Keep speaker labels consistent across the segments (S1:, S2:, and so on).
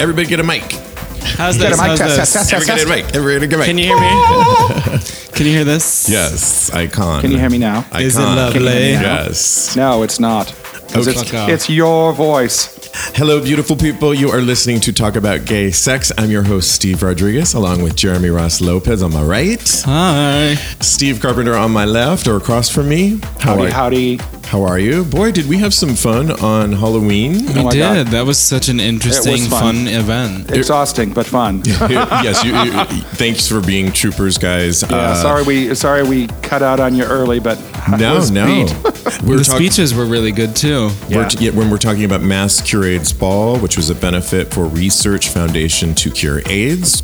S1: Everybody get a mic.
S2: How's
S3: Get
S2: this?
S3: a mic
S2: How's this?
S3: test, test, test,
S1: Everybody
S3: test,
S1: get a
S3: test.
S1: mic. Everybody get a mic.
S2: Can you hear me? Can you hear this?
S1: Yes, icon.
S3: Can you hear me now?
S1: Icon.
S2: Is it lovely?
S1: Yes.
S3: No, it's not. 'Cause
S1: Okay.
S3: It's,
S2: Oh, Fuck off.
S3: it's your voice.
S1: Hello, beautiful people. You are listening to Talk About Gay Sex. I'm your host, Steve Rodriguez, along with Jeremy Ross Lopez on my right,
S2: Hi.
S3: Oh
S1: Steve Carpenter on my left, or across from me. How
S3: Howdy,
S1: are,
S3: howdy.
S1: How are you? Boy, did we have some fun on Halloween.
S2: We
S3: my
S2: did.
S3: God.
S2: That was such an interesting, fun.
S3: fun.
S2: event.
S3: Exhausting, but fun. Yeah,
S1: yes, you, you- thanks for being troopers, guys. Uh,
S3: sorry we sorry we cut out on you early, but that
S1: No,
S3: was
S1: no.
S3: neat.
S1: We're
S2: the
S1: talk-
S2: speeches were really good too.
S1: We're
S3: Yeah.
S1: t- yeah, when we're talking about Mass Curates Ball, which was a benefit for Research Foundation to Cure AIDS,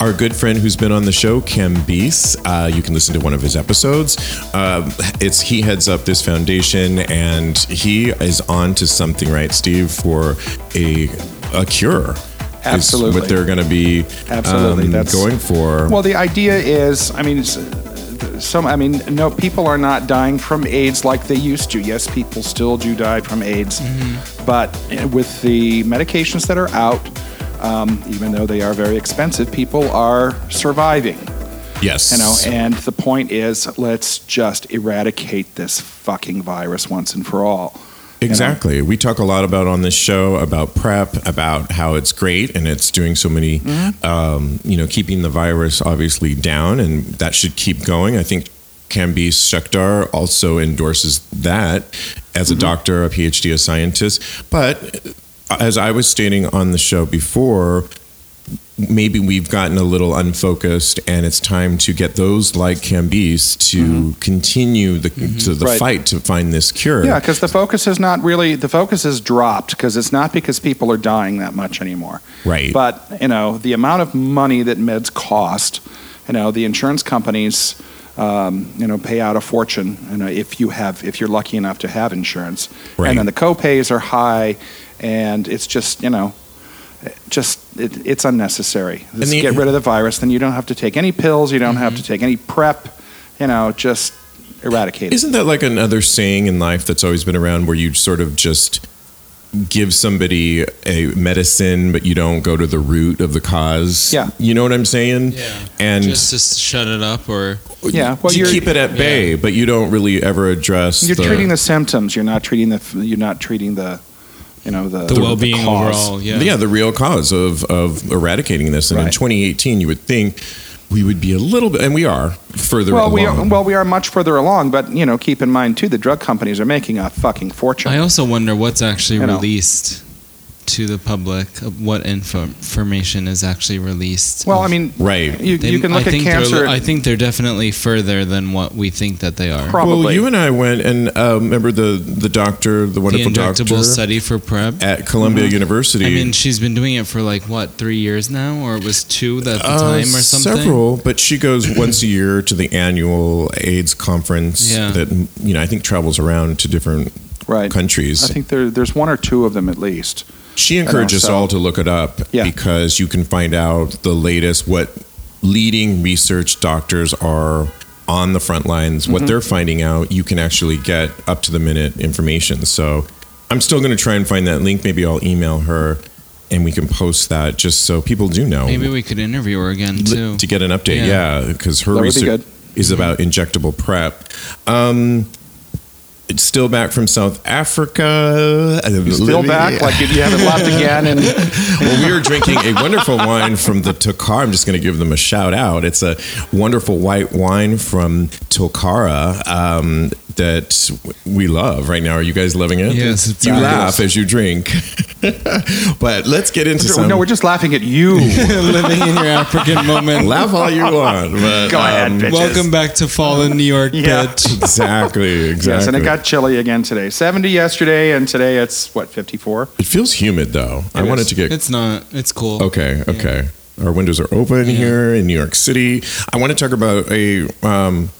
S1: our good friend who's been on the show, Kim Beese, uh, you can listen to one of his episodes. Uh, it's he heads up this foundation, and he is on to something, right, Steve, for a a cure. is
S3: Absolutely.
S1: what they're going to be
S3: Absolutely,
S1: um,
S3: that's-
S1: going for.
S3: Well, the idea is, I mean, it's, some, I mean, no, people are not dying from AIDS like they used to. Yes, people still do die from AIDS,
S2: Mm-hmm.
S3: but with the medications that are out, um, even though they are very expensive, people are surviving.
S1: yes,
S3: You know, and the point is, let's just eradicate this fucking virus once and for all. you know?
S1: Exactly. We talk a lot about on this show about prep, about how it's great and it's doing so many,
S3: Mm-hmm.
S1: um, you know, keeping the virus obviously down, and that should keep going. I think Kambi Shekdar also endorses that as a
S3: Mm-hmm.
S1: doctor, a PhD, a scientist. But uh, as I was stating on the show before, maybe we've gotten a little unfocused and it's time to get those like Cambis to continue the to the
S3: Mm-hmm. Right.
S1: fight to find this cure.
S3: Yeah, because the focus is not really the focus is dropped because it's not because people are dying that much anymore.
S1: Right.
S3: But you know the amount of money that meds cost. You know the insurance companies. Um, you know, pay out a fortune. You know, if you have, if you're lucky enough to have insurance,
S1: Right.
S3: and then the copays are high, and it's just you know, just it, it's unnecessary. Just
S1: the-
S3: get rid of the virus, then you don't have to take any pills. You don't have
S2: Mm-hmm.
S3: to take any prep. You know, just eradicate it.
S1: Isn't that like another saying in life that's always been around where you sort of just give somebody a medicine but you don't go to the root of the cause?
S3: Yeah.
S1: You know what I'm saying? And
S2: Just to shut it up, or
S3: Yeah, well,
S1: you
S3: you're-
S1: keep it at bay, but you don't really ever address
S3: You're treating the symptoms. You're not treating the. You're not treating the. You know the
S2: the, well-being
S3: cause.
S2: overall. Yeah.
S1: yeah. the real cause of, of eradicating this. And in
S3: Right.
S1: 2018, you would think we would be a little bit, and we are further
S3: Well,
S1: along.
S3: we are, well we are much further along, but you know keep in mind too the drug companies are making a fucking fortune.
S2: I also wonder what's actually
S3: You know.
S2: released to the public. What info- information is actually released?
S3: well, I mean,
S1: Right.
S3: You,
S2: They-
S3: you can look
S2: I
S3: at
S2: think they're-
S3: cancer.
S2: I think they're definitely further than what we think that they are.
S3: probably.
S1: Well, you and I went and uh, remember the, the doctor, the
S2: the
S1: wonderful
S2: injectable
S1: doctor
S2: study for prep.
S1: at Columbia University.
S2: I mean, she's been doing it for like what three years now, or it was two at the time, or something.
S1: Uh, Several, but she goes once a year to the annual AIDS conference
S2: Yeah.
S1: that you know I think travels around to different
S3: right. I
S1: countries.
S3: think there, there's one or two of them at least.
S1: She encourages
S3: so-
S1: all to look it up
S3: Yeah.
S1: because you can find out the latest what leading research doctors are on the front lines,
S3: Mm-hmm.
S1: what they're finding out. You can actually get up to the minute information. So I'm still going to try and find that link. Maybe I'll email her and we can post that just so people do know
S2: Maybe we could interview her again too.
S1: to get an update.
S2: Yeah.
S1: Yeah, because her
S3: That would be
S1: research
S3: good.
S1: is about injectable prep. Um, it's still back from South Africa.
S3: Still back, like if you haven't left again, and
S1: well, we are drinking a wonderful wine from the Tokara. I'm just going to give them a shout out. It's a wonderful white wine from Tokara um, that we love right now. Are you guys loving it?
S2: Yes, it's
S1: you
S2: fabulous.
S1: laugh as you drink. but let's get into some.
S3: no, we're just laughing at you.
S2: Living in your African moment.
S1: laugh all you want. But, um,
S3: Go ahead, bitches.
S2: Welcome back to fallen New York,
S3: Yeah.
S2: bitch.
S1: Exactly. Exactly.
S3: Yes, and it got chilly again today. 70 yesterday, and today it's what 54.
S1: It feels humid though. I
S3: It
S1: want
S3: is.
S1: it to get
S2: It's not. It's cool.
S1: okay. Okay, our windows are open here in New York City. I want to talk about a um,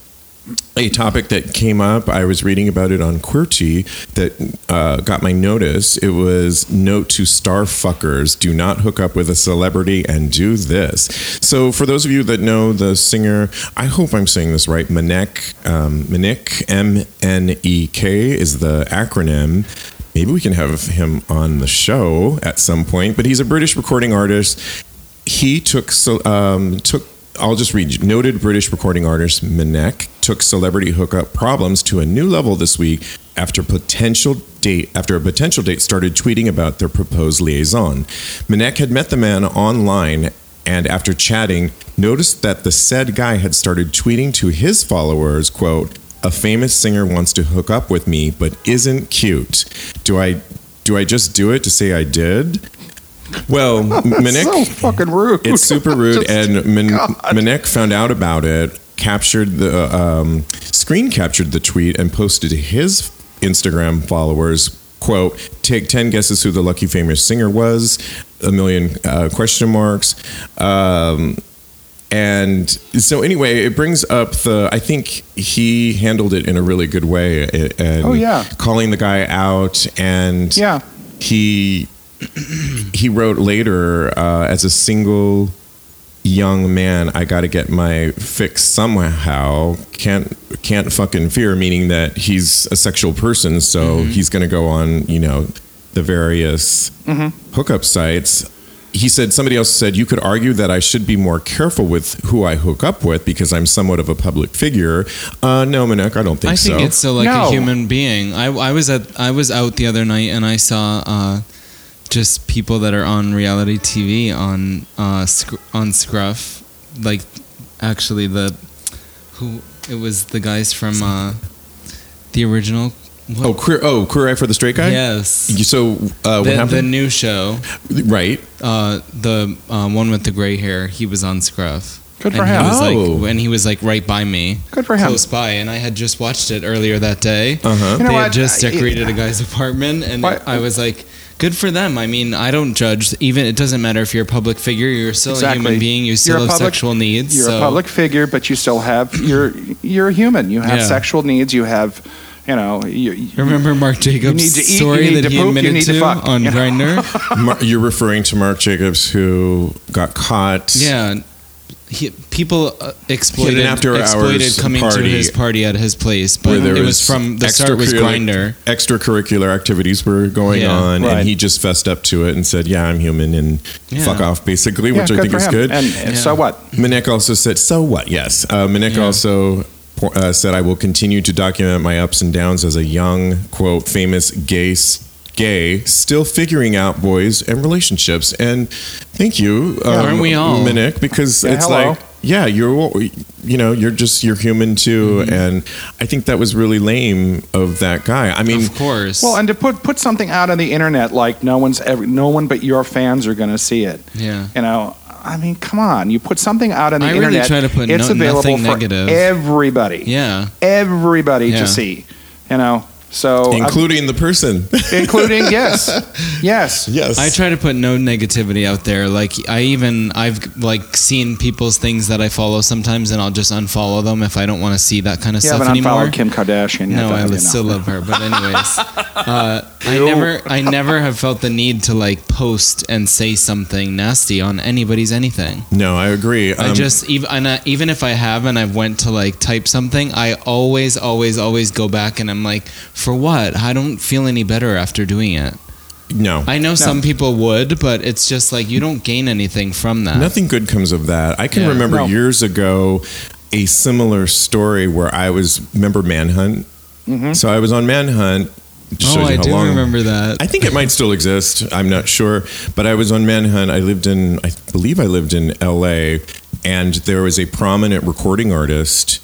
S1: a topic that came up. I was reading about it on QWERTY that uh, got my notice. It was note to star fuckers: do not hook up with a celebrity and do this. So, for those of you that know the singer, I hope I'm saying this right. Manek, um, Manek, M N E K is the acronym maybe we can have him on the show at some point. But he's a British recording artist. He took so um, took. I'll just read you. Noted British recording artist Minek took celebrity hookup problems to a new level this week after potential date after a potential date started tweeting about their proposed liaison. Minek had met the man online and after chatting, noticed that the said guy had started tweeting to his followers, quote, a famous singer wants to hook up with me but isn't cute. Do I do I just do it to say I did? Well, Minek
S3: so fucking rude.
S1: it's super rude,
S3: Just-
S1: and Min-
S3: God.
S1: Minek found out about it, captured the um, screen captured the tweet, and posted to his Instagram followers quote take 10 guesses who the lucky famous singer was a million uh, question marks um, and so anyway it brings up the i think he handled it in a really good way a- and
S3: Oh, yeah.
S1: calling the guy out and
S3: yeah.
S1: he he wrote later uh, as a single young man i gotta get my fix somehow can't can't fucking fear meaning that he's a sexual person so
S2: Mm-hmm.
S1: he's gonna go on you know the various
S2: Mm-hmm.
S1: hookup sites he said somebody else said you could argue that i should be more careful with who i hook up with because i'm somewhat of a public figure uh no Minek, i don't think
S2: I
S1: so
S2: think it's still like
S3: No.
S2: a human being. I, I was at I was out the other night and I saw uh, just people that are on reality TV on uh, sc- on Scruff, like actually the who it was the guys from uh, the original. What?
S1: oh queer oh queer eye for the straight guy
S2: yes,
S1: so uh, what
S2: the, the
S1: happened
S2: new show,
S1: right
S2: uh, the uh, one with the gray hair. He was on Scruff.
S3: Good for
S2: and
S3: him.
S2: He was
S1: Oh.
S2: like, and he was like right by me.
S3: Good for him.
S2: Close by, and I had just watched it earlier that day.
S1: uh-huh
S3: You know
S2: they
S3: what?
S2: had just
S3: I-
S2: decorated a guy's apartment, and
S3: Why-
S2: I was like, "Good for them." I mean, I don't judge. Even it doesn't matter if you're a public figure; you're still a
S3: Exactly.
S2: human being.
S3: You're
S2: You still
S3: a
S2: have
S3: public-
S2: sexual needs.
S3: You're
S2: so
S3: a public figure, but you still have you're you're a human. You have
S2: Yeah.
S3: sexual needs. You have, you know, you, you-
S2: Remember Mark Jacobs'
S3: need to eat, you
S2: story
S3: need
S2: that
S3: to
S2: he
S3: poop, you
S2: admitted
S3: need to
S2: to,
S3: fuck,
S2: on
S3: you know?
S2: Grindr?
S1: Mar- you're referring to Mark Jacobs, who got caught.
S2: yeah, he, people uh, exploited
S1: after hours
S2: exploited coming
S1: party
S2: to his party at his place,
S1: where
S2: but
S1: there
S2: it was from the start was
S1: extracurricular-
S2: Grinder.
S1: Extracurricular activities were going
S2: Yeah.
S1: on,
S3: Right.
S1: and he just fessed up to it and said, "Yeah, I'm human," and
S2: Yeah.
S1: fuck off, basically,
S3: yeah,
S1: which I
S3: good
S1: think
S3: for
S1: is
S3: him.
S1: good.
S3: And and so
S2: Yeah.
S3: what?
S1: Minek also said, "So what?" Yes, uh, Minek
S2: Yeah.
S1: also po- uh, said, "I will continue to document my ups and downs as a young, quote, famous gay, s- gay, still figuring out boys and relationships." And thank you, um,
S2: Aren't we all?
S1: Minek? Because
S3: Yeah,
S1: it's
S3: hello.
S1: like, yeah, you're, you know, you're just you're human too,
S2: Mm-hmm.
S1: and I think that was really lame of that guy. I mean,
S2: Of course.
S3: Well, and to put put something out on the internet like no one's ever, no one but your fans are going to see it.
S2: yeah.
S3: You know, I mean, come on. You put something out on the
S2: I really
S3: internet.
S2: try to put
S3: it's
S2: no-
S3: available
S2: nothing
S3: for
S2: negative.
S3: everybody.
S2: Yeah.
S3: Everybody
S2: Yeah.
S3: to see. You know, so uh,
S1: including the person.
S3: including yes, yes.
S1: yes,
S2: I try to put no negativity out there. Like I even I've like seen people's things that I follow sometimes, and I'll just unfollow them if I don't want to see that kind of
S3: You
S2: stuff
S3: haven't
S2: anymore.
S3: unfollowed Kim Kardashian. yet,
S2: No, I
S3: have you?
S2: would still love her. But anyways, uh, I never I never have felt the need to like post and say something nasty on anybody's anything.
S1: no, I agree.
S2: I
S1: Um,
S2: just even and I, even if I have and I've went to like type something, I always always always go back and I'm like, for what? I don't feel any better after doing it.
S1: no.
S2: I know some people would, but it's just like you don't gain anything from that.
S1: Nothing good comes of that. I can
S2: Yeah.
S1: remember
S3: No.
S1: years ago a similar story where I was remember Manhunt. So I was on Manhunt. Just
S2: Mm-hmm. Oh,
S1: shows you
S2: I
S1: how
S2: do
S1: long-
S2: remember that.
S1: I think it might still exist. I'm not sure, but I was on Manhunt. I lived in, I believe I lived in L.A. And there was a prominent recording artist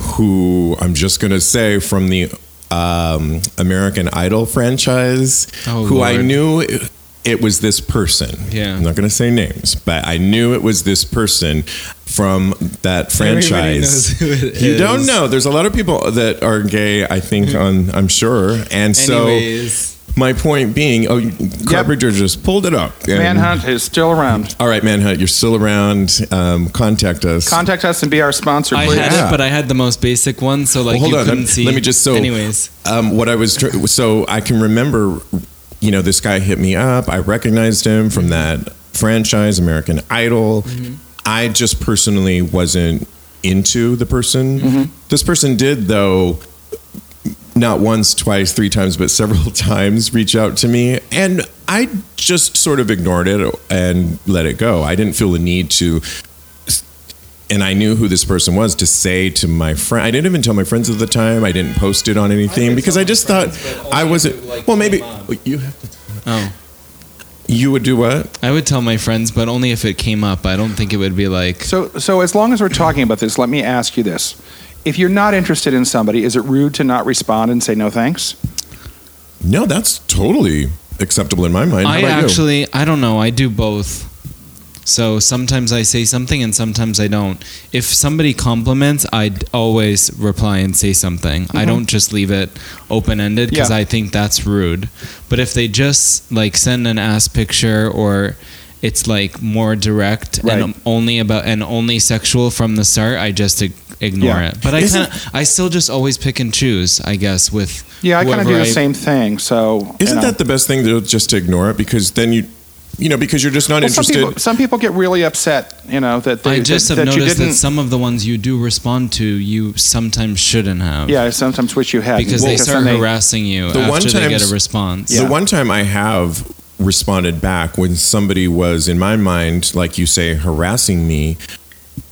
S1: who I'm just going to say from the um, American Idol franchise,
S2: Oh,
S1: who I
S2: Lord.
S1: knew it, it was this person.
S2: Yeah.
S1: I'm not going to say names, but I knew it was this person from that
S2: Everybody
S1: franchise.
S2: knows who it
S1: You
S2: is. Hmm.
S1: don't know. There's a lot of people that are gay. I think on. I'm sure. And so
S2: Anyways,
S1: my point being, oh, Carpenter just pulled it up. And-
S3: Manhunt is still around.
S1: All right, Manhunt, you're still around. Um, contact us.
S3: Contact us and be our sponsor,
S2: I
S3: please.
S2: had
S1: Yeah.
S2: it, but I had the most basic one, so like
S1: Well,
S2: you
S1: hold on.
S2: couldn't
S1: Let,
S2: see.
S1: let me just so.
S2: Anyways,
S1: um, what I was tr- so I can remember. You know, this guy hit me up. I recognized him from that franchise, American Idol. I just personally Mm-hmm. wasn't into the person. This person did, though. not once, twice, three times, but several times reach out to me. And I just sort of ignored it and let it go. I didn't feel the need to. And I knew who this person was to say to my friend. I didn't even tell my friends at the time. I didn't post it on anything because I just thought I wasn't. well, maybe you have to,
S2: Oh,
S1: you would do what?
S2: I would tell my friends, but only if it came up. I don't think it would be like.
S3: So, so as long as we're talking about this, let me ask you this: If you're not interested in somebody, is it rude to not respond and say no thanks?
S1: No, that's totally acceptable in my mind. How
S2: I
S1: about you?
S2: actually, I don't know. I do both. So sometimes I say something and sometimes I don't. If somebody compliments, I would always reply and say something. I don't just leave it open ended because
S3: Mm-hmm. Yeah.
S2: I think that's rude. But if they just like send an ass picture or it's like more direct
S3: Right.
S2: and only about and only sexual from the start, I just ig- ignore
S3: Yeah.
S2: it. But I
S1: Isn't-
S2: kind of, I still just always pick and choose, I guess. With
S3: Yeah, I kind of
S2: whoever
S3: do the same thing. So,
S1: Isn't
S3: you know.
S1: that the best thing to just to ignore it because then you, you know, because you're just not
S3: Well, some
S1: interested.
S3: people, some people get really upset, you know, that they,
S2: I just
S3: that,
S2: have
S3: that you
S2: noticed
S3: didn't.
S2: that some of the ones you do respond to, you sometimes shouldn't have.
S3: yeah, I sometimes wish you had
S2: Because they start harassing you
S1: The
S2: after
S1: one
S2: they get
S1: times-
S2: a response.
S1: The one time I have responded back when somebody was, in my mind, like you say, harassing me,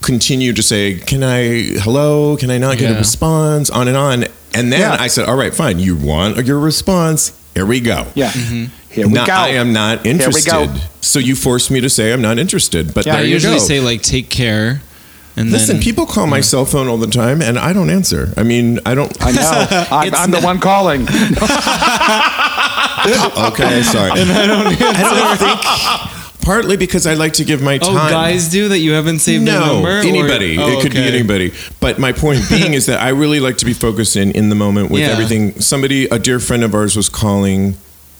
S1: continued to say, Can I, hello? Can I not get a
S2: Yeah.
S1: response? On and on. And then
S3: Yeah.
S1: I said, All right, fine. You want your response? Here we go.
S3: Yeah,
S2: Mm-hmm.
S3: here we
S1: Not-
S3: go.
S1: I am not
S3: we go.
S1: interested. So you forced me to say I'm not interested. But
S3: Yeah,
S1: there
S2: I
S1: you
S2: usually
S1: go.
S2: say like take care and
S1: Listen,
S2: then
S1: people call my cell phone all the time, and I don't answer. I mean, I don't.
S3: I know. I'm,
S1: It's
S3: I'm the one calling.
S1: okay, sorry. And I don't answer. think. Partly because I like to give my
S2: Oh
S1: time.
S2: guys do that you haven't saved their
S1: no,
S2: number? or-
S1: anybody.
S2: Oh,
S1: it could be
S2: okay.
S1: anybody. But my point being is that I really like to be focused in in the moment with
S2: Yeah.
S1: everything. Somebody, a dear friend of ours, was calling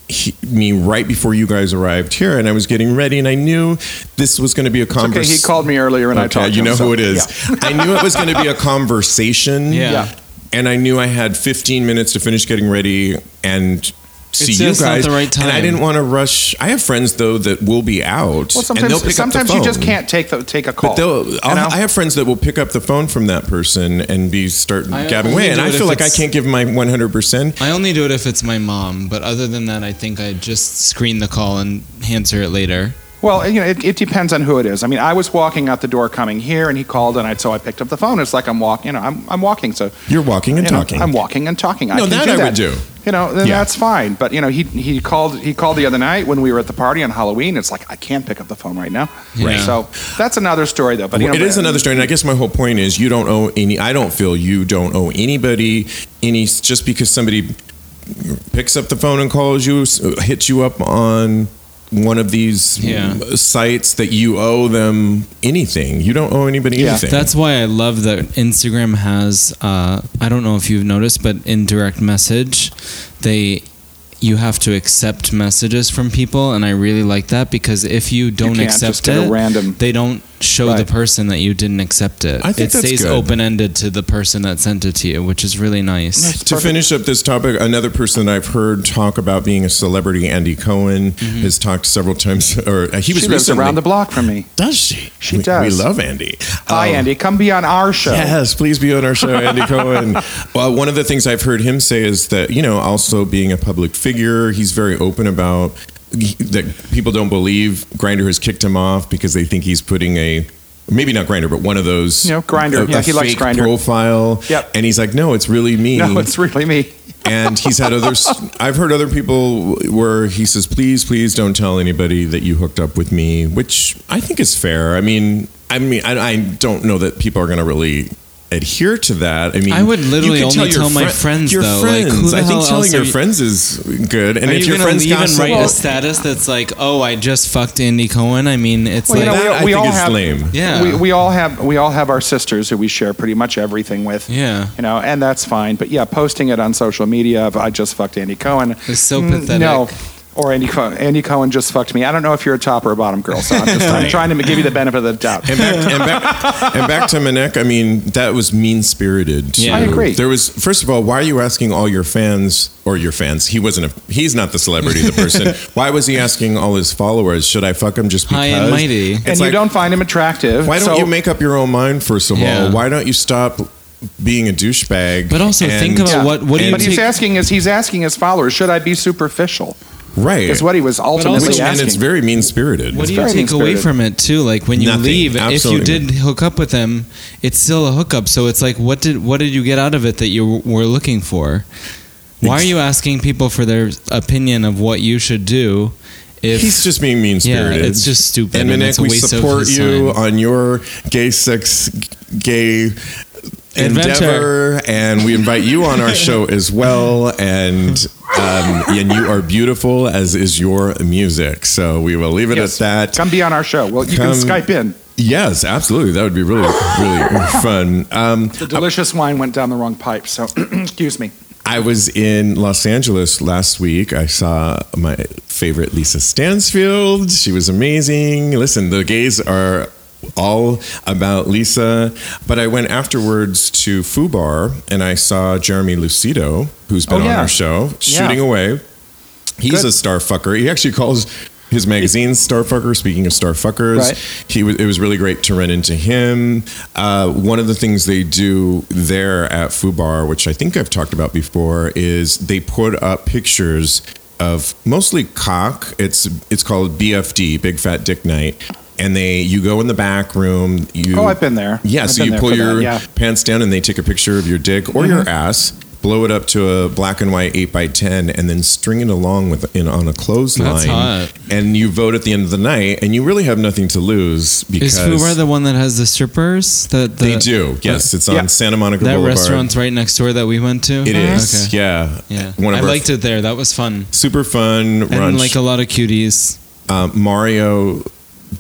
S1: he, me right before you guys arrived here, and I was getting ready, and I knew this was going to be a
S3: okay,
S1: conversation.
S3: he called me earlier and I
S1: Okay,
S3: talked. to
S1: Oh, you
S3: him,
S1: know
S3: so-
S1: who it is.
S3: yeah.
S1: I knew it was going to be a conversation.
S2: Yeah.
S3: Yeah.
S1: And I knew I had 15 minutes to finish getting ready and see you
S2: just not
S1: guys.
S2: the right
S1: And I
S2: time.
S1: didn't want to rush. I have friends though that will be out.
S3: Well,
S1: and they'll pick up the
S3: sometimes sometimes you just
S1: phone.
S3: can't take the take a call.
S1: But they'll,
S3: you
S1: I'll-
S3: know?
S1: I have friends that will pick up the phone from that person and be start
S2: I
S1: gabbing
S2: only
S1: away, and
S2: do
S1: I
S2: it
S1: feel
S2: if
S1: like I
S2: it's-
S1: can't give my 100. percent
S2: I only do it if it's my mom, but other than that I think I just screen the call and answer it later.
S3: Well, you know, it, it depends on who it is. I mean, I was walking out the door coming here, and he called, and I so I picked up the phone. It's like I'm walking, you know, I'm, I'm walking, so
S1: You're walking and
S3: you know,
S1: talking.
S3: I'm walking and talking. I
S1: No,
S3: can
S1: that
S3: do
S1: I
S3: that.
S1: would do.
S3: You know, then
S1: Yeah.
S3: that's fine. But you know, he he called he called the other night when we were at the party on Halloween. It's like I can't pick up the phone right now.
S2: Right.
S3: So that's another story, though. But you know,
S1: it is another story, and I guess my whole point is you don't owe any. I don't feel you don't owe anybody any just because somebody picks up the phone and calls you, s- hits you up on one of these
S2: Yeah.
S1: sites that you owe them anything. You don't owe anybody
S3: Yeah.
S1: anything.
S2: That's why I love that Instagram has. Uh, I don't know if you've noticed, but in direct message, they you have to accept messages from people, and I really like that because if you don't
S3: can't
S2: accept
S3: just get a
S2: it,
S3: random-
S2: they don't show
S3: Right.
S2: the person that you didn't accept it.
S1: I think
S2: it
S1: that's
S2: stays
S1: good.
S2: open ended to the person that sent it to you, which is really nice.
S1: to finish up this topic, another person that I've heard talk about being a celebrity, Andy Cohen, has talked several times, or uh, he was
S3: she lives
S1: recently.
S3: around the block from me.
S1: does she?
S3: She
S1: we,
S3: does.
S1: We love Andy.
S3: Hi,
S1: Um,
S3: Andy, come be on our show.
S1: Yes, please be on our show, Andy Cohen. well, one of the things I've heard him say is that, you know, also being a public figure, he's very open about that people don't believe Grinder has kicked him off because they think he's putting a maybe not Grinder, but one of those
S3: No, Grindr.
S1: a-
S3: Yeah,
S1: a
S3: he likes
S1: fake
S3: Grindr.
S1: profile.
S3: Yep.
S1: And he's like, "No, it's really me."
S3: No, it's really me.
S1: and he's had others I've heard other people where he says, "Please, please don't tell anybody that you hooked up with me," which I think is fair. I mean, I mean, I, I don't know that people are going to really adhere to that. I mean,
S2: I would
S1: you
S2: literally
S1: could
S2: only
S1: your
S2: tell my friends,
S1: Your
S2: though. Like,
S1: friends.
S2: who the
S1: I think
S2: hell
S1: telling
S2: else
S1: your
S2: are you-
S1: friends is good, and
S2: Are
S1: if
S2: you
S1: your
S2: going
S1: friends
S2: to leave and
S1: gossip,
S2: write
S1: well,
S2: a status that's like, "Oh, I just fucked Andy Cohen"? I mean, it's
S3: Well, you
S2: like,
S3: know,
S1: that
S3: we-
S1: I
S3: we
S1: think
S3: all
S1: is
S3: have-
S1: lame.
S2: yeah,
S3: We, we all have we all have our sisters who we share pretty much everything with.
S2: Yeah.
S3: You know, and that's fine. But yeah, posting it on social media of I just fucked Andy Cohen.
S2: It's so
S3: Mm,
S2: pathetic.
S3: No. Or Andy Cohen, Andy Cohen just fucked me. I don't know if you're a top or a bottom girl, so I'm, just, I'm trying to give you the benefit of the doubt.
S1: and back, and back, and back to Manek, I mean, that was mean spirited.
S2: Yeah. I
S3: agree.
S1: There was, first of all, why are you asking all your fans or your fans? He wasn't a, he's not the celebrity, the person. why was he asking all his followers, should I fuck him just because?
S2: High and mighty.
S1: It's
S3: and you
S1: like,
S3: don't find him attractive.
S1: Why don't
S3: so
S1: you make up your own mind, first of
S2: Yeah.
S1: all? Why don't you stop being a douchebag.
S2: But also
S1: and-
S2: think about what- what do you
S1: and-
S3: but he's
S2: take-
S3: asking is he's asking his followers, should I be superficial?
S1: right?
S3: Is what he was ultimately
S1: Which, and
S3: asking.
S1: it's very mean spirited.
S2: What do you
S3: very
S2: take away
S3: mean-spirited.
S2: from it too? Like when you
S1: Nothing.
S2: leave,
S1: Absolutely
S2: if you did hook up with them, it's still a hookup. So it's like, what did what did you get out of it that you were looking for? Why are
S1: Ex-
S2: you asking people for their opinion of what you should do? If
S1: He's just being mean spirited.
S2: Yeah, it's just stupid,
S1: And,
S2: and
S1: Manek,
S2: it's a
S1: we
S2: waste of
S1: support
S2: his
S1: you
S2: time.
S1: on your gay sex, gay
S2: Adventure.
S1: endeavor, and we invite you on our show as well. And um, and you are beautiful, as is your music. So we will leave it
S3: Yes.
S1: at that.
S3: Come be on our show. Well, you
S1: Come-
S3: can Skype in.
S1: Yes, absolutely. That would be really really fun. Um,
S3: The delicious wine went down the wrong pipe, so excuse me.
S1: I was in Los Angeles last week. I saw my favorite Lisa Stansfield. She was amazing. Listen, the gays are all about Lisa. But I went afterwards to Foo Bar and I saw Jeremy Lucido, who's been
S3: Oh,
S1: on
S3: yeah.
S1: our show,
S3: Yeah.
S1: shooting away. He's
S3: Good.
S1: a star fucker. He actually calls his magazine Starfucker. Speaking of Starfuckers,
S3: Right.
S1: he was, it was really great to run into him. Uh, one of the things they do there at Fubar, which I think I've talked about before, is they put up pictures of mostly cock. It's it's called BFD, Big Fat Dick Night, and they you go in the back room. You,
S3: Oh, I've been there.
S1: Yeah,
S3: I've
S1: so
S3: been
S1: you
S3: there
S1: pull
S3: for that,
S1: your
S3: yeah. Mm-hmm.
S1: pants down and they take a picture of your dick or your ass. Blow it up to a black and white eight by ten, and then string it along with in on a clothesline.
S2: That's hot.
S1: And you vote at the end of the night, and you really have nothing to lose because
S2: is Fubar the one that has the strippers? That the,
S1: they do. Yes, it's on
S3: Yeah.
S1: Santa Monica
S2: That
S1: Boulevard.
S2: restaurant's right next door that we went to.
S1: It is.
S2: Okay.
S1: Yeah.
S2: Yeah,
S1: One of
S2: I
S1: our
S2: liked it there. That was fun,
S1: super fun
S2: and
S1: brunch.
S2: like a lot of cuties.
S1: uh, Mario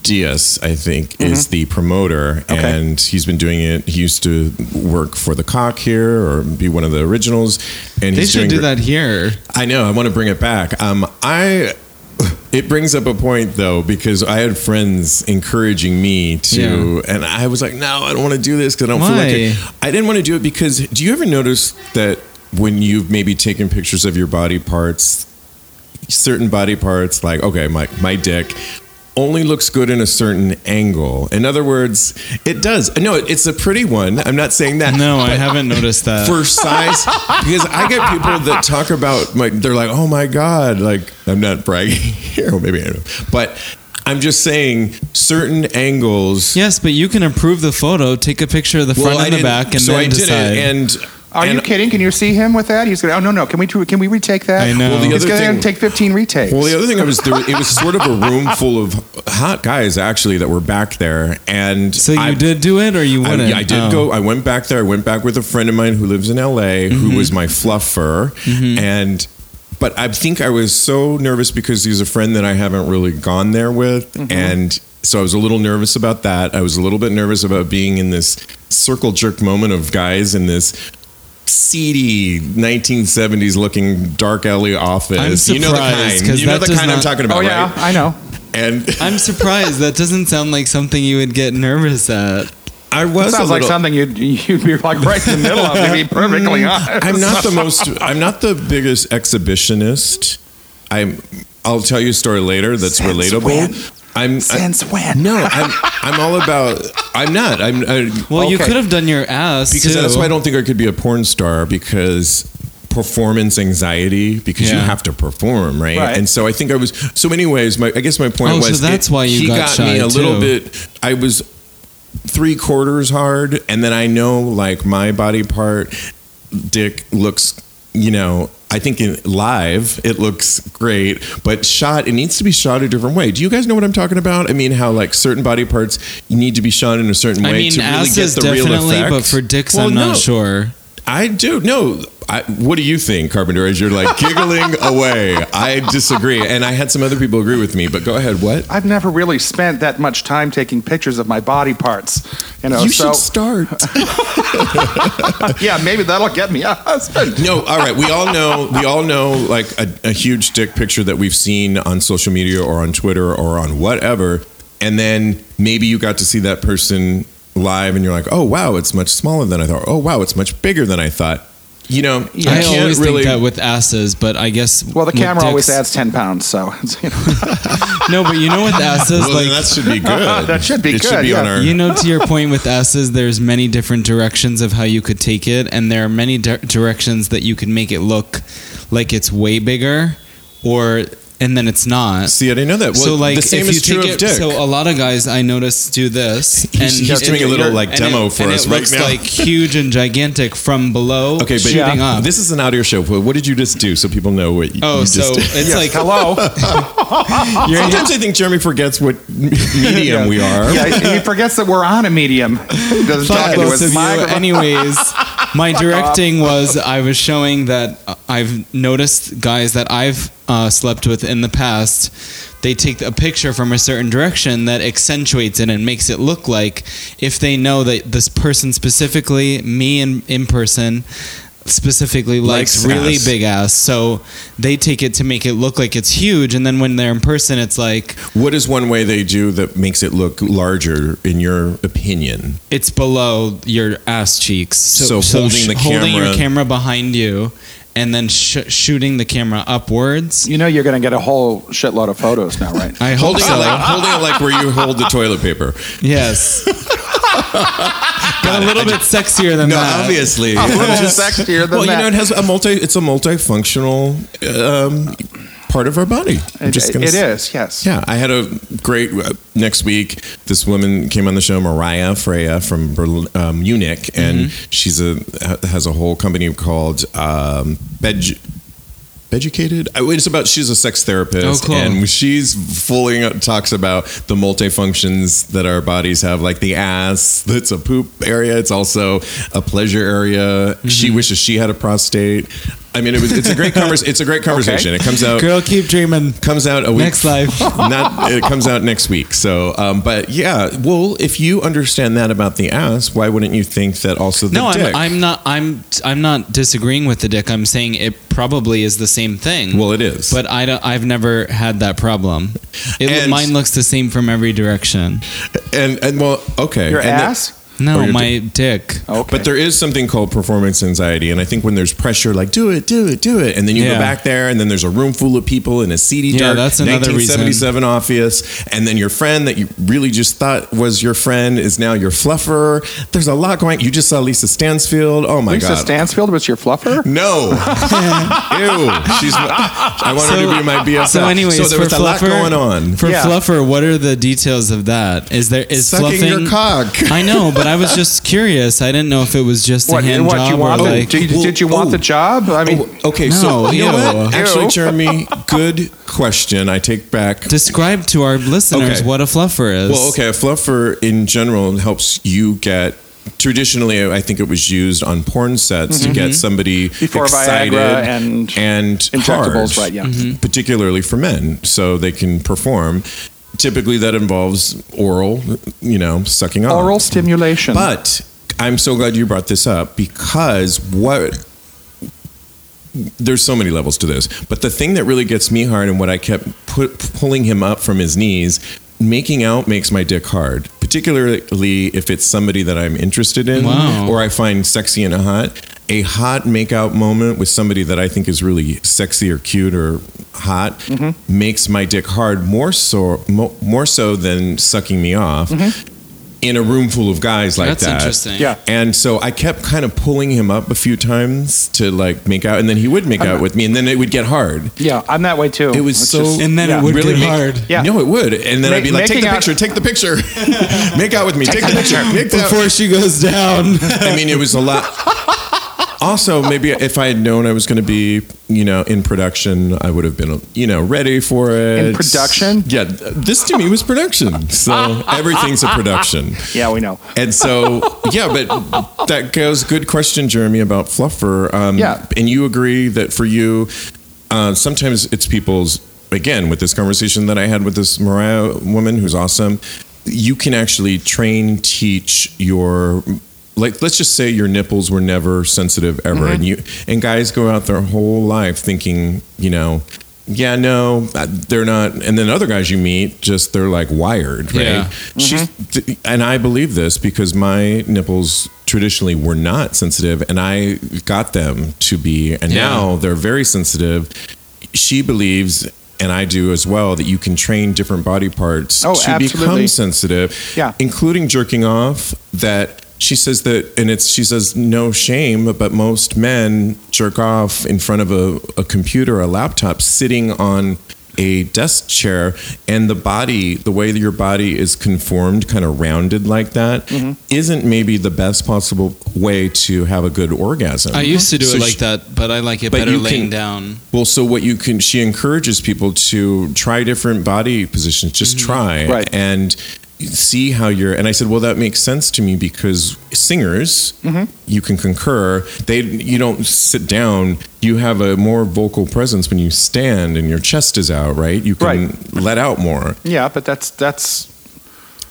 S1: Diaz, I think, is
S2: Mm-hmm.
S1: the promoter,
S3: Okay.
S1: and he's been doing it. He used to work for the Cock here, or be one of the originals. And
S2: They
S1: he's
S2: should
S1: doing
S2: do
S1: gr-
S2: that here.
S1: I know. I want to bring it back. Um, I. It brings up a point though, because I had friends encouraging me to, and I was like, "No, I don't want to do this because I don't feel like it."
S2: Why?
S1: I didn't want to do it because. Do you ever notice that when you've maybe taken pictures of your body parts, certain body parts, like okay, my my dick. Only looks good in a certain angle. In other words, it does. No, it's a pretty one. I'm not saying that.
S2: No, I
S1: but
S2: haven't noticed that.
S1: for size because I get people that talk about like they're like, oh my god, like I'm not bragging here, or maybe I am, but I'm just saying certain angles.
S2: yes, but you can improve the photo. Take a picture of the
S1: Well,
S2: front
S1: I
S2: and the
S1: didn't-
S2: back, and
S1: so
S2: then
S1: I did
S2: decide.
S1: it, and
S3: Are
S1: and-
S3: you kidding? Can you see him with that? He's going. to Oh no, no. Can we can we retake that?
S2: I know. Well, the
S3: It's
S1: other
S3: going
S1: thing-
S3: to take 15 retakes.
S1: Well, the other thing I was there, it was sort of a room full of hot guys actually that were back there, and
S2: so you
S1: I-
S2: did do it, or you
S1: I,
S2: wouldn't?
S1: yeah, I did
S2: Oh.
S1: go. I went back there. I went back with a friend of mine who lives in LA,
S2: Mm-hmm.
S1: who was my fluffer, and. But I think I was so nervous because he's a friend that I haven't really gone there with,
S2: Mm-hmm.
S1: and so I was a little nervous about that. I was a little bit nervous about being in this circle jerk moment of guys in this seedy 1970s looking dark alley office.
S2: I'm
S1: you know the
S2: surprised,
S1: kind.
S2: 'cause
S1: You know
S2: that
S1: the
S2: does
S1: kind I'm
S2: not-
S1: talking about,
S3: oh yeah,
S1: right?
S3: I know.
S1: And
S2: Oh. I'm surprised. That doesn't sound like something you would get nervous at.
S1: I was a
S3: That sounds like
S1: little-
S3: something you'd you'd be like right in the middle of. To be
S1: Mm,
S3: perfectly honest,
S1: I'm not the most. I'm not the biggest exhibitionist. I'm. I'll tell you a story later that's
S3: Since
S1: relatable.
S3: when?
S1: I'm. I,
S3: Since when?
S1: no, I'm. I'm all about. I'm not. I'm. I,
S2: Well, you
S3: Okay.
S2: could have done your ass
S1: because
S2: too.
S1: that's why I don't think I could be a porn star because performance anxiety because you
S2: Yeah.
S1: have to perform right?
S3: Right.
S1: and so I think I was so anyways my I guess my point
S2: Oh, so
S1: was
S2: that's why you
S1: he
S2: got
S1: got,
S2: shy,
S1: me a little
S2: too.
S1: bit I was three quarters hard and then I know like my body part dick looks you know I think in live it looks great, but shot it needs to be shot a different way. Do you guys know what I'm talking about? I mean, how like certain body parts you need to be shot in a certain
S2: I
S1: way
S2: mean,
S1: to really
S2: ass
S1: get
S2: is
S1: the real
S2: definitely,
S1: effect.
S2: but for dicks,
S1: Well,
S2: I'm
S1: no.
S2: not sure.
S1: I do. No, I, what do you think, Carpenter? As you're like giggling away, I disagree, and I had some other people agree with me. But go ahead. What?
S3: I've never really spent that much time taking pictures of my body parts. You know,
S1: you
S3: so
S1: should start.
S3: yeah, maybe that'll get me a husband.
S1: No, all right. We all know. We all know like a, a huge dick picture that we've seen on social media or on Twitter or on whatever, and then maybe you got to see that person live, and you're like, oh wow, it's much smaller than I thought. Oh wow, it's much bigger than I thought. You know,
S3: Yeah.
S1: I
S2: I
S1: can't
S2: always
S1: really.
S2: think that with asses, but I guess
S3: Well, the
S2: with
S3: camera always
S2: dicks-
S3: adds ten pounds, so it's, you
S2: No,
S3: know,
S2: but you know with asses,
S1: well, then
S2: like
S1: that should be good.
S3: That should be
S1: it
S3: good,
S1: Should be on
S3: yeah.
S1: our,
S2: You know, to your point with asses, there's many different directions of how you could take it, and there are many di- directions that you could make it look like it's way bigger, or and then it's not.
S1: see, I didn't know that. Well,
S2: so like
S1: the same
S2: if you
S1: is true
S2: take
S1: of
S2: it,
S1: Dick.
S2: so a lot of guys I notice do this, and
S1: he's
S2: it-
S1: doing a little, like,
S2: and
S1: demo
S2: it,
S1: for
S2: and
S1: us
S2: it
S1: right
S2: looks
S1: now.
S2: like huge and gigantic from below,
S1: okay, but
S2: shooting up.
S3: Yeah.
S1: this is an audio show. But what did you just do so people know what you,
S2: oh,
S1: you just
S2: so
S1: did?
S2: it's
S3: yes,
S2: like
S3: hello.
S2: you're
S1: Sometimes I think Jeremy forgets what medium we are.
S3: yeah, he- he forgets that we're on a medium. He doesn't
S2: Fuck
S3: talk into
S2: both of
S3: his
S2: you.
S3: mic.
S2: Anyways, my directing was I was showing that uh, I've noticed guys that I've uh, slept with in the past. They take a picture from a certain direction that accentuates it and makes it look like if they know that this person specifically, me in, in person, specifically likes,
S1: Likes
S2: really
S1: ass.
S2: big ass. So they take it to make it look like it's huge. And then when they're in person, it's like
S1: What is one way they do that makes it look larger, in your opinion?
S2: it's below your ass cheeks. So,
S1: So holding the
S2: holding your
S1: camera-
S2: camera behind you, and then sh- shooting the camera upwards.
S3: You know you're going to get a whole shitload of photos now, right?
S2: I hope
S1: Holding it
S2: so.
S1: like holding it like where you hold the toilet paper.
S2: yes. Got a little bit sexier than
S1: No,
S2: that.
S1: obviously.
S3: A little sexier than
S1: well, you know, it
S3: that.
S1: has a multi. It's a multifunctional um, part of our body. I'm
S3: It-
S1: just gonna
S3: it
S1: say-
S3: is, yes.
S1: Yeah, I had a great uh, next week. This woman came on the show, Mariah Freya from Berlin, um, Munich, and
S2: Mm-hmm.
S1: she's a ha- has a whole company called um, Bed. Educated. It's about she's a sex therapist,
S2: Oh, cool.
S1: and she's fully uh, talks about the multifunctions that our bodies have, like the ass. That's a poop area. It's also a pleasure area. She
S2: Mm-hmm.
S1: wishes she had a prostate. I mean, it was. It's a great convers. It's a great conversation. It comes out
S2: Girl, keep dreaming.
S1: comes out a week
S2: Next life.
S1: not it comes out next week so um but yeah well if you understand that about the ass why wouldn't you think that also the
S2: No,
S1: dick
S2: I'm, I'm not. I'm. I'm not disagreeing with the dick. I'm saying it probably is the same thing.
S1: well it is
S2: but I don't, I've never had that problem. It,
S1: And-
S2: mine looks the same from every direction.
S1: and and well okay
S3: Your
S1: and that-
S3: ass?
S1: Or
S2: No,
S1: your
S2: my dick.
S3: Okay.
S1: But there is something called performance anxiety. And I think when there's pressure, like, do it, do it, do it. And then you
S2: Yeah.
S1: go back there, and then there's a room full of people in a seedy,
S2: Yeah,
S1: dark
S2: that's another reason.
S1: 1977 office. And then your friend that you really just thought was your friend is now your fluffer. There's a lot going You just saw Lisa Stansfield. Oh, my
S3: Lisa
S1: God.
S3: Stansfield was your fluffer?
S1: No. Ew. She's. I want her to be my BFF.
S2: So, anyways,
S1: so there
S2: for
S1: was a lot
S2: fluffer,
S1: going on.
S2: For
S3: Yeah.
S2: fluffer, what are the details of that? Is there is
S1: Sucking
S2: fluffing
S1: your cock.
S2: I know, but I was just curious. I didn't know if it was just
S3: What,
S2: a hand
S3: what
S2: job
S3: you
S2: or
S3: want?
S2: like.
S3: the, did, you- did you want
S1: oh.
S3: the job? I mean,
S1: Oh, okay,
S2: No,
S1: so you know
S2: ew.
S1: what? Actually,
S3: Ew.
S1: Jeremy, good question. I take back.
S2: Describe to our listeners
S1: Okay.
S2: what a fluffer is.
S1: Well, okay, a fluffer in general helps you get. Traditionally, I think it was used on porn sets to get somebody
S3: Mm-hmm. Before
S1: excited
S3: Viagra and
S1: and
S3: injectables,
S1: hard,
S3: right, yeah. Mm-hmm.
S1: particularly for men, so they can perform. Typically, that involves oral, you know, sucking off.
S3: oral stimulation.
S1: oh But I'm so glad you brought this up because what there's so many levels to this. But the thing that really gets me hard and what I kept put, pulling him up from his knees, making out makes my dick hard, particularly if it's somebody that I'm interested in
S2: Wow.
S1: or I find sexy and hot. A hot makeout moment with somebody that I think is really sexy or cute or hot
S3: Mm-hmm.
S1: makes my dick hard more so mo- more so than sucking me off in a room full of guys like
S2: that's
S1: that.
S2: interesting.
S3: Mm-hmm. Yeah.
S1: And so I kept kind of pulling him up a few times to like make out, and then he would make out with me, and then it would get hard.
S3: yeah, I'm that way too.
S1: It was
S3: It's
S1: so,
S3: Oh, just-
S2: And then it
S3: yeah.
S2: would
S1: really
S2: get
S1: make-
S2: hard.
S3: Yeah.
S1: No, it would, and then I'd
S3: Ma-
S1: be like, "Take
S3: making
S1: the
S3: out-
S1: picture, take the picture, make out with me, take the picture, make the
S2: Before she goes down.
S1: I mean, it was a lot. Also, maybe if I had known I was going to be, you know, in production, I would have been, you know, ready for it.
S3: In production?
S1: Yeah, this to me was production. So everything's a production.
S3: Yeah, we know.
S1: And so, yeah, but that goes. Good question, Jeremy, about fluffer. Um,
S3: Yeah.
S1: and you agree that for you, uh, sometimes it's people's. Again, with this conversation that I had with this Mariah woman, who's awesome, you can actually train, teach your. Like, let's just say your nipples were never sensitive ever, and you and guys go out their whole life thinking, you know. Yeah, no, uh, they're not. And then other guys you meet, just they're like wired, right?
S2: Yeah.
S1: She's, th- and I believe this because my nipples traditionally were not sensitive, and I got them to be, and
S2: Yeah.
S1: now they're very sensitive. She believes, and I do as well, that you can train different body parts
S3: Oh,
S1: to
S3: absolutely.
S1: become sensitive,
S3: Yeah.
S1: including jerking off. That she says that, and it's she says no shame, but most men jerk off in front of a, a computer, a laptop, sitting on a desk chair, and the body, the way that your body is conformed, kind of rounded like that, not maybe the best possible way to have a good orgasm.
S2: I used to do
S1: So
S2: it
S1: she-
S2: like that, but I like it
S1: But
S2: better
S1: you
S2: laying
S1: can-
S2: down.
S1: well, so what you can, she encourages people to try different body positions, just try
S3: Mm-hmm. Right.
S1: and see how you're. And I said, well, that makes sense to me because singers,
S3: Mm-hmm.
S1: you can concur. They, you don't sit down. You have a more vocal presence when you stand and your chest is out, right? You can let out more.
S3: Yeah, but that's that's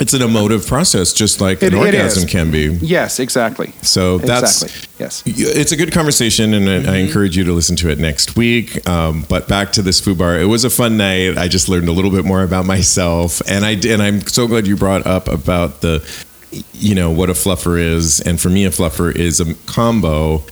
S1: It's an emotive process, just like
S3: It-
S1: an
S3: it
S1: orgasm
S3: is.
S1: can be.
S3: yes, exactly.
S1: So that's
S3: exactly. Yes.
S1: it's a good conversation, and I-
S3: Mm-hmm.
S1: I encourage you to listen to it next week. Um, but back to this foo bar, it was a fun night. I just learned a little bit more about myself, and I did, and I'm so glad you brought up about the, you know, what a fluffer is, and for me, a fluffer is a combo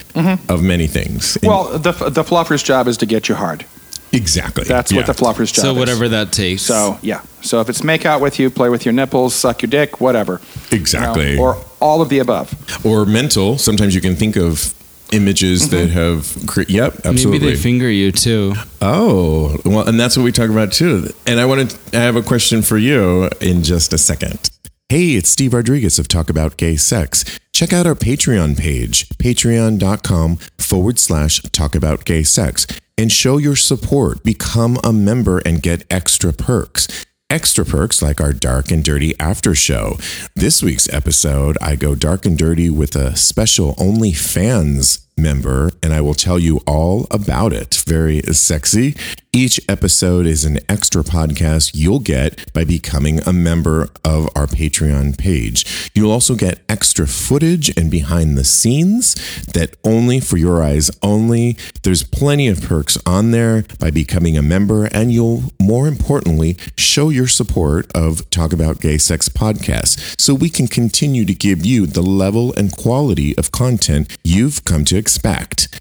S1: of many things. And-
S3: Mm-hmm. Well, the the fluffer's job is to get you hard.
S1: exactly.
S3: That's
S1: Yeah.
S3: what the fluffer's job
S2: So
S3: is.
S2: whatever that takes.
S3: So yeah. So if it's make out with you, play with your nipples, suck your dick, whatever. you know,
S1: exactly
S3: or all of the above.
S1: or, mental. Sometimes you can think of images
S3: Mm-hmm.
S1: that have cre- yep absolutely
S2: maybe they finger you too.
S1: Oh, well, and that's what we talk about too. And I want to, I have a question for you in just a second. Hey, it's Steve Rodriguez of Talk About Gay Sex. Check out our Patreon page, patreon.com forward slash talk about gay sex, and show your support. Become a member and get extra perks extra perks like our dark and dirty after show. This week's episode, I go dark and dirty with a special OnlyFans member, and I will tell you all about it. Very sexy. Each episode is an extra podcast you'll get by becoming a member of our Patreon page. You'll also get extra footage and behind the scenes that only for your eyes only. There's plenty of perks on there by becoming a member, and you'll more importantly show your support of Talk About Gay Sex podcast so we can continue to give you the level and quality of content you've come to expect.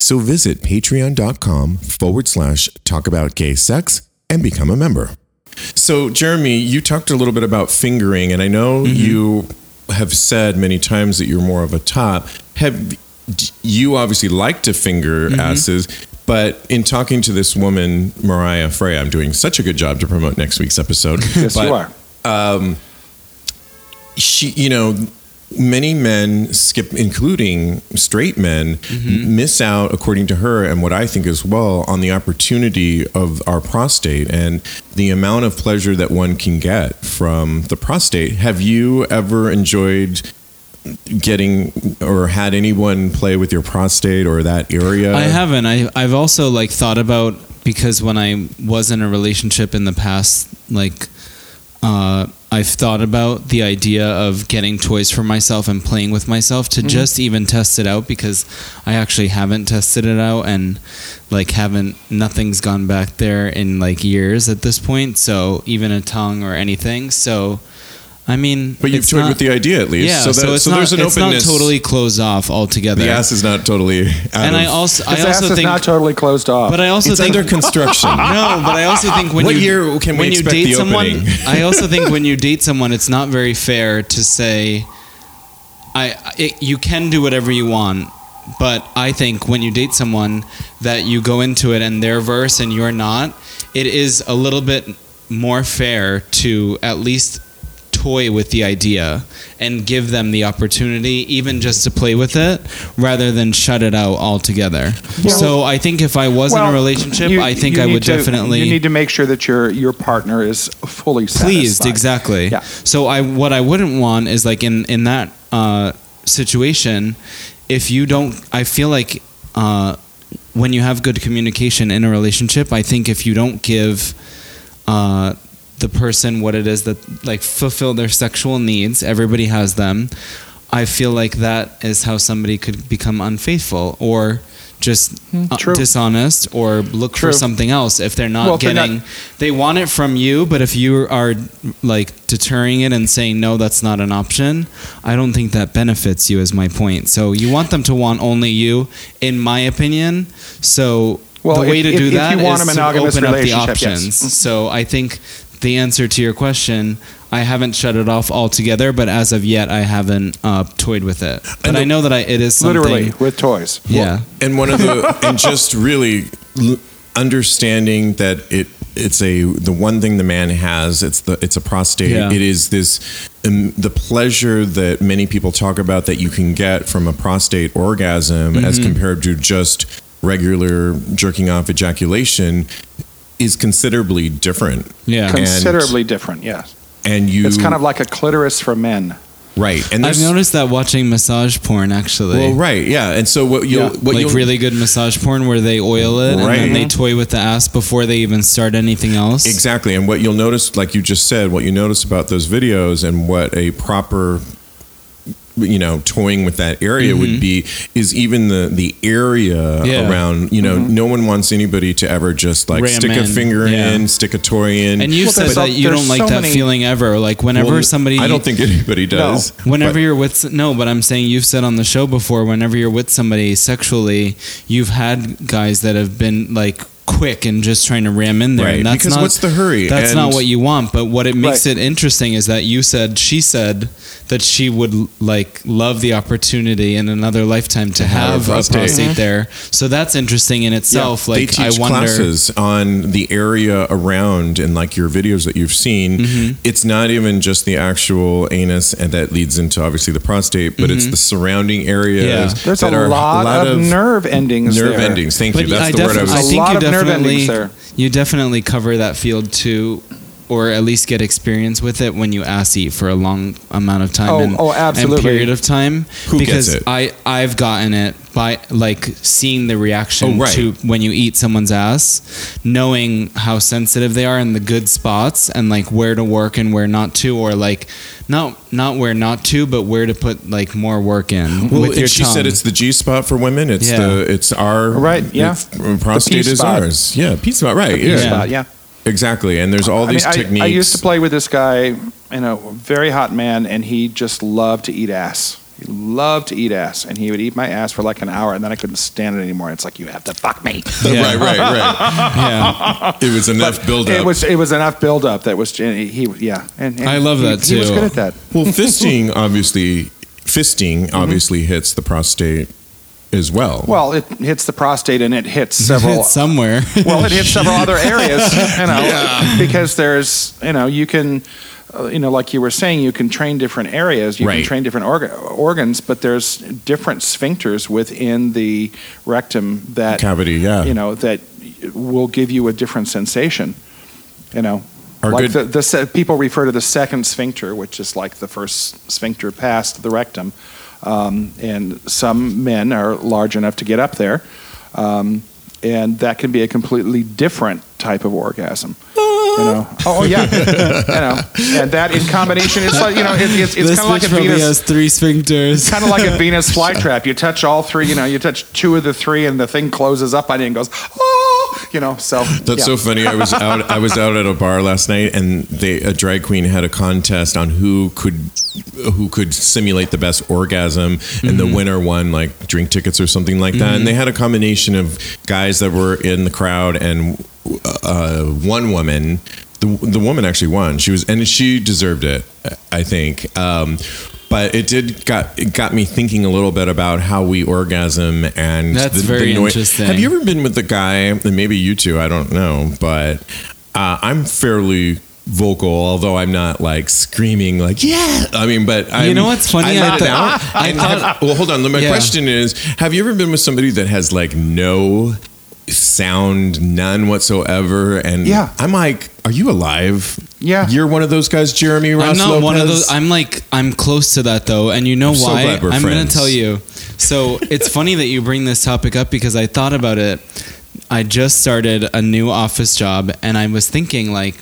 S1: So visit patreon.com forward slash talk about gay sex and become a member. So, Jeremy, you talked a little bit about fingering, and I know
S3: Mm-hmm.
S1: you have said many times that you're more of a top. Have d- you obviously like to finger
S3: Mm-hmm.
S1: asses? But in talking to this woman, Mariah Frey, I'm doing such a good job to promote next week's episode.
S3: Yes,
S1: but
S3: you are.
S1: she, you know, many men skip, including straight men,
S2: Mm-hmm.
S1: miss out, according to her, and what I think as well, on the opportunity of our prostate and the amount of pleasure that one can get from the prostate. Have you ever enjoyed? getting or had anyone play with your prostate or that area
S2: I haven't. I I've also like thought about because when I was in a relationship in the past, like uh, I've thought about the idea of getting toys for myself and playing with myself
S1: Mm-hmm.
S2: to just even test it out because I actually haven't tested it out and like haven't nothing's gone back there in like years at this point. So even a tongue or anything. So I mean,
S1: but you've
S2: it's
S1: toyed
S2: not-
S1: with the idea at least
S2: yeah,
S1: so,
S2: so,
S1: that,
S2: it's,
S1: so
S2: not,
S1: there's an
S2: it's not
S1: openness
S2: totally closed off altogether.
S1: the ass is not totally out
S2: and
S1: of,
S2: I also
S3: His
S2: I
S3: ass
S2: also
S3: is
S2: think
S3: not totally closed off.
S2: but I also
S1: it's
S2: think
S1: under construction
S2: no, but I also think when
S1: What
S2: you
S1: year can we
S2: when you
S1: expect
S2: date
S1: the
S2: someone,
S1: opening?
S2: I also think when you date someone, it's not very fair to say, I it, you can do whatever you want. But I think when you date someone that you go into it and they're verse and you're not, it is a little bit more fair to at least toy with the idea and give them the opportunity even just to play with it rather than shut it out altogether. so I think if I was in
S3: Well,
S2: a relationship,
S3: you-
S2: I think
S3: you
S2: I
S3: need
S2: would
S3: to-
S2: definitely
S3: You need to make sure that your your partner is fully
S2: pleased
S3: satisfied.
S2: exactly
S3: Yeah.
S2: so i what i wouldn't want is like in in that uh situation if you don't i feel like uh when you have good communication in a relationship i think if you don't give uh the person what it is that like fulfill their sexual needs everybody has them i feel like that is how somebody could become unfaithful or just uh,
S3: Hmm. True.
S2: dishonest or look
S3: True.
S2: for something else if they're not
S3: Well, if they're
S2: Uh, getting
S3: not-
S2: they want it from you but if you are like deterring it and saying no that's not an option i don't think that benefits you is my point so you want them to want only you in my opinion so
S3: Well,
S2: the way
S3: if-
S2: to
S3: if-
S2: do
S3: if
S2: that
S3: you want
S2: is
S3: a
S2: to
S3: monogamous
S2: open up the
S3: relationship, yes. Mm-hmm.
S2: options so i think the answer to your question I haven't shut it off altogether, but as of yet, I haven't uh, toyed with it. But
S1: And
S2: I
S1: the-
S2: know that I, it is something.
S3: Literally with toys.
S2: Yeah.
S1: and one of the and just really l- understanding that it it's a the one thing the man has it's the it's a prostate
S2: Yeah.
S1: it is this um, the pleasure that many people talk about that you can get from a prostate orgasm as
S2: Mm-hmm.
S1: compared to just regular jerking off ejaculation is considerably different
S2: Yeah.
S1: And-
S3: Considerably different, yes.
S1: and you
S3: It's kind of like a clitoris for men.
S1: right and
S2: I've
S1: there's-
S2: noticed that watching massage porn actually.
S1: well right yeah and so what you
S3: Yeah.
S1: will what
S2: like
S1: you
S2: really good massage porn where they oil it and
S1: Right.
S2: then they toy with the ass before they even start anything else.
S1: Exactly. And what you'll notice, like you just said, what you notice about those videos and what a proper you know toying with that area would be is even the the area
S2: Mm-hmm. Yeah. Mm-hmm.
S1: around you know no one wants anybody to ever just like
S2: Ram
S1: stick a
S2: in.
S1: finger
S2: Yeah.
S1: in stick a toy in
S2: And you've
S3: Well,
S2: said
S3: there's
S2: that
S3: so-
S2: you don't
S3: there's
S2: like
S3: so
S2: that
S3: many-
S2: feeling ever. Like whenever
S1: Well,
S2: somebody
S1: i don't think anybody does
S2: Whenever
S1: But-
S2: you're with no, but I'm saying you've said on the show before. Whenever you're with somebody sexually, you've had guys that have been like quick and just trying to ram in there.
S1: Right,
S2: And that's
S1: because
S2: not,
S1: what's the hurry?
S2: That's
S1: And-
S2: not what you want. But what it makes
S3: Right.
S2: it interesting is that you said she said that she would like love the opportunity in another lifetime to
S1: have
S2: have
S1: a
S2: a prostate,
S1: prostate.
S2: there. So that's interesting in itself. like
S1: they teach
S2: I wonder.
S1: classes on the area around and like your videos that you've seen.
S2: Mm-hmm.
S1: It's not even just the actual anus, and that leads into obviously the prostate, but it's the surrounding areas.
S2: Mm-hmm. Yeah.
S3: There's a
S1: that are
S3: lot, of, nerve endings
S1: nerve
S3: there.
S1: endings. Thank you. That's
S2: I
S1: the word I was.
S2: definitely- I
S3: A
S2: think
S3: lot
S2: you
S3: of nerve endings
S2: definitely
S3: there.
S2: you definitely cover that field too, or at least get experience with it when you ass eat for a long amount of time.
S3: Oh,
S2: and,
S3: oh, absolutely.
S2: And period of time
S1: Who gets
S2: because
S1: it?
S2: I I've gotten it by like seeing the reaction
S1: Oh, right.
S2: to when you eat someone's ass, knowing how sensitive they are in the good spots and like where to work and where not to, or like not not where not to, but where to put like more work in
S1: well,
S2: with
S1: and
S2: your
S1: she
S2: tongue.
S1: said it's the G spot for women. It's
S2: Yeah.
S1: the it's our
S3: Right, yeah.
S1: it's- prostate
S3: The P
S1: is
S3: spot.
S1: ours. Yeah, P spot. Right. Yeah.
S2: P
S3: But, yeah.
S1: Exactly. And there's all
S3: I mean,
S1: these
S3: I-
S1: techniques.
S3: I, used to play with this guy, you know, very hot man, and he just loved to eat ass. He loved to eat ass, and he would eat my ass for like an hour, and then I couldn't stand it anymore. It's like you have to fuck me.
S1: Right. Right. Right.
S2: yeah.
S1: it was enough build
S3: It
S1: up.
S3: was it was enough buildup that was and he yeah. And, and
S2: I love
S3: he-
S2: that
S3: He was
S2: too.
S3: good at that.
S1: Well, fisting obviously, fisting obviously hits the prostate as well.
S3: Mm-hmm. Well, it hits the prostate and it hits several.
S2: It's somewhere.
S3: well, it hits several other areas, you know, because there's you know you can. uh, You know, like you were saying, you can train different areas, you
S1: Right.
S3: can train different orga- organs, but there's different sphincters within the rectum that
S1: cavity, yeah.
S3: you know that will give you a different sensation. You know,
S1: Our
S3: like the,
S1: good-
S3: the se- people refer to the second sphincter, which is like the first sphincter past the rectum, um, and some men are large enough to get up there, um, and that can be a completely different type of orgasm. You know, oh yeah, you know, and that in combination, it's like you know, it, it's, it's
S2: this
S3: kind of like a
S2: bitch probably
S3: Venus
S2: has three sphincters.
S3: it's kind of like a Venus flytrap. You touch all three, you know, you touch two of the three, and the thing closes up on you and goes, oh, you know. So
S1: That's so
S3: yeah.
S1: funny. I was out. I was out at a bar last night, and they a drag queen had a contest on who could who could simulate the best orgasm, and
S2: Mm-hmm.
S1: the winner won like drink tickets or something like that. And they had a combination of guys that were in the crowd and uh, one woman. The, the woman actually won. She was, and she deserved it, I think. Um, but it did got it got me thinking a little bit about how we orgasm and
S2: That's very
S1: noi-
S2: interesting.
S1: Have you ever been with a guy, and maybe you two, I don't know, but uh, I'm fairly vocal, although I'm not like screaming like yeah. I mean, but i
S2: know what's funny?
S1: I
S2: I
S1: let it
S2: thought-
S1: out. and have- well, hold on. My
S2: Yeah.
S1: question is: Have you ever been with somebody that has like no sound, none whatsoever? And
S3: Yeah.
S1: I'm like, are you alive?
S3: Yeah.
S1: you're one of those guys, Jeremy.
S2: I'm
S1: Ross
S2: not one of
S1: Lopez?
S2: those. I'm like I'm close to that though, and you know
S1: I'm so
S2: why?
S1: glad we're
S2: I'm
S1: friends.
S2: gonna tell you. So it's funny that you bring this topic up because I thought about it. I just started a new office job, and I was thinking like.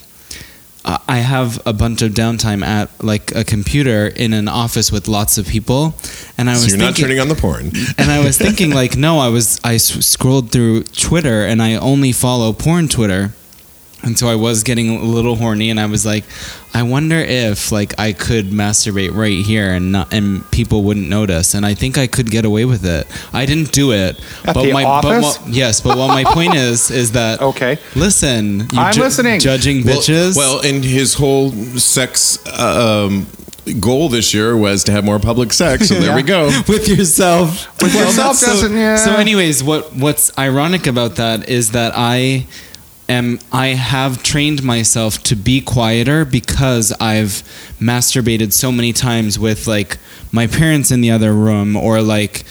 S2: I I have a bunch of downtime at like a computer in an office with lots of people, and I was
S1: So you're not
S2: thinking,
S1: turning on the porn.
S2: and I was thinking like, no, I was I s- scrolled through Twitter and I only follow porn Twitter, and so I was getting a little horny, and I was like, I wonder if like I could masturbate right here and not and people wouldn't notice, and I think I could get away with it. I didn't do it,
S3: At the
S2: my
S3: office?
S2: But, my- yes, but what my point is is that
S3: Okay.
S2: listen, you
S3: I'm listening.
S2: judging bitches.
S1: Well, well, and his whole sex uh, um, goal this year was to have more public sex. So there we go.
S2: with yourself.
S3: With
S2: Well,
S3: yourself
S2: that's so,
S3: doesn't- yeah.
S2: So, anyways, what what's ironic about that is that I am I have trained myself to be quieter because I've masturbated so many times with like my parents in the other room or like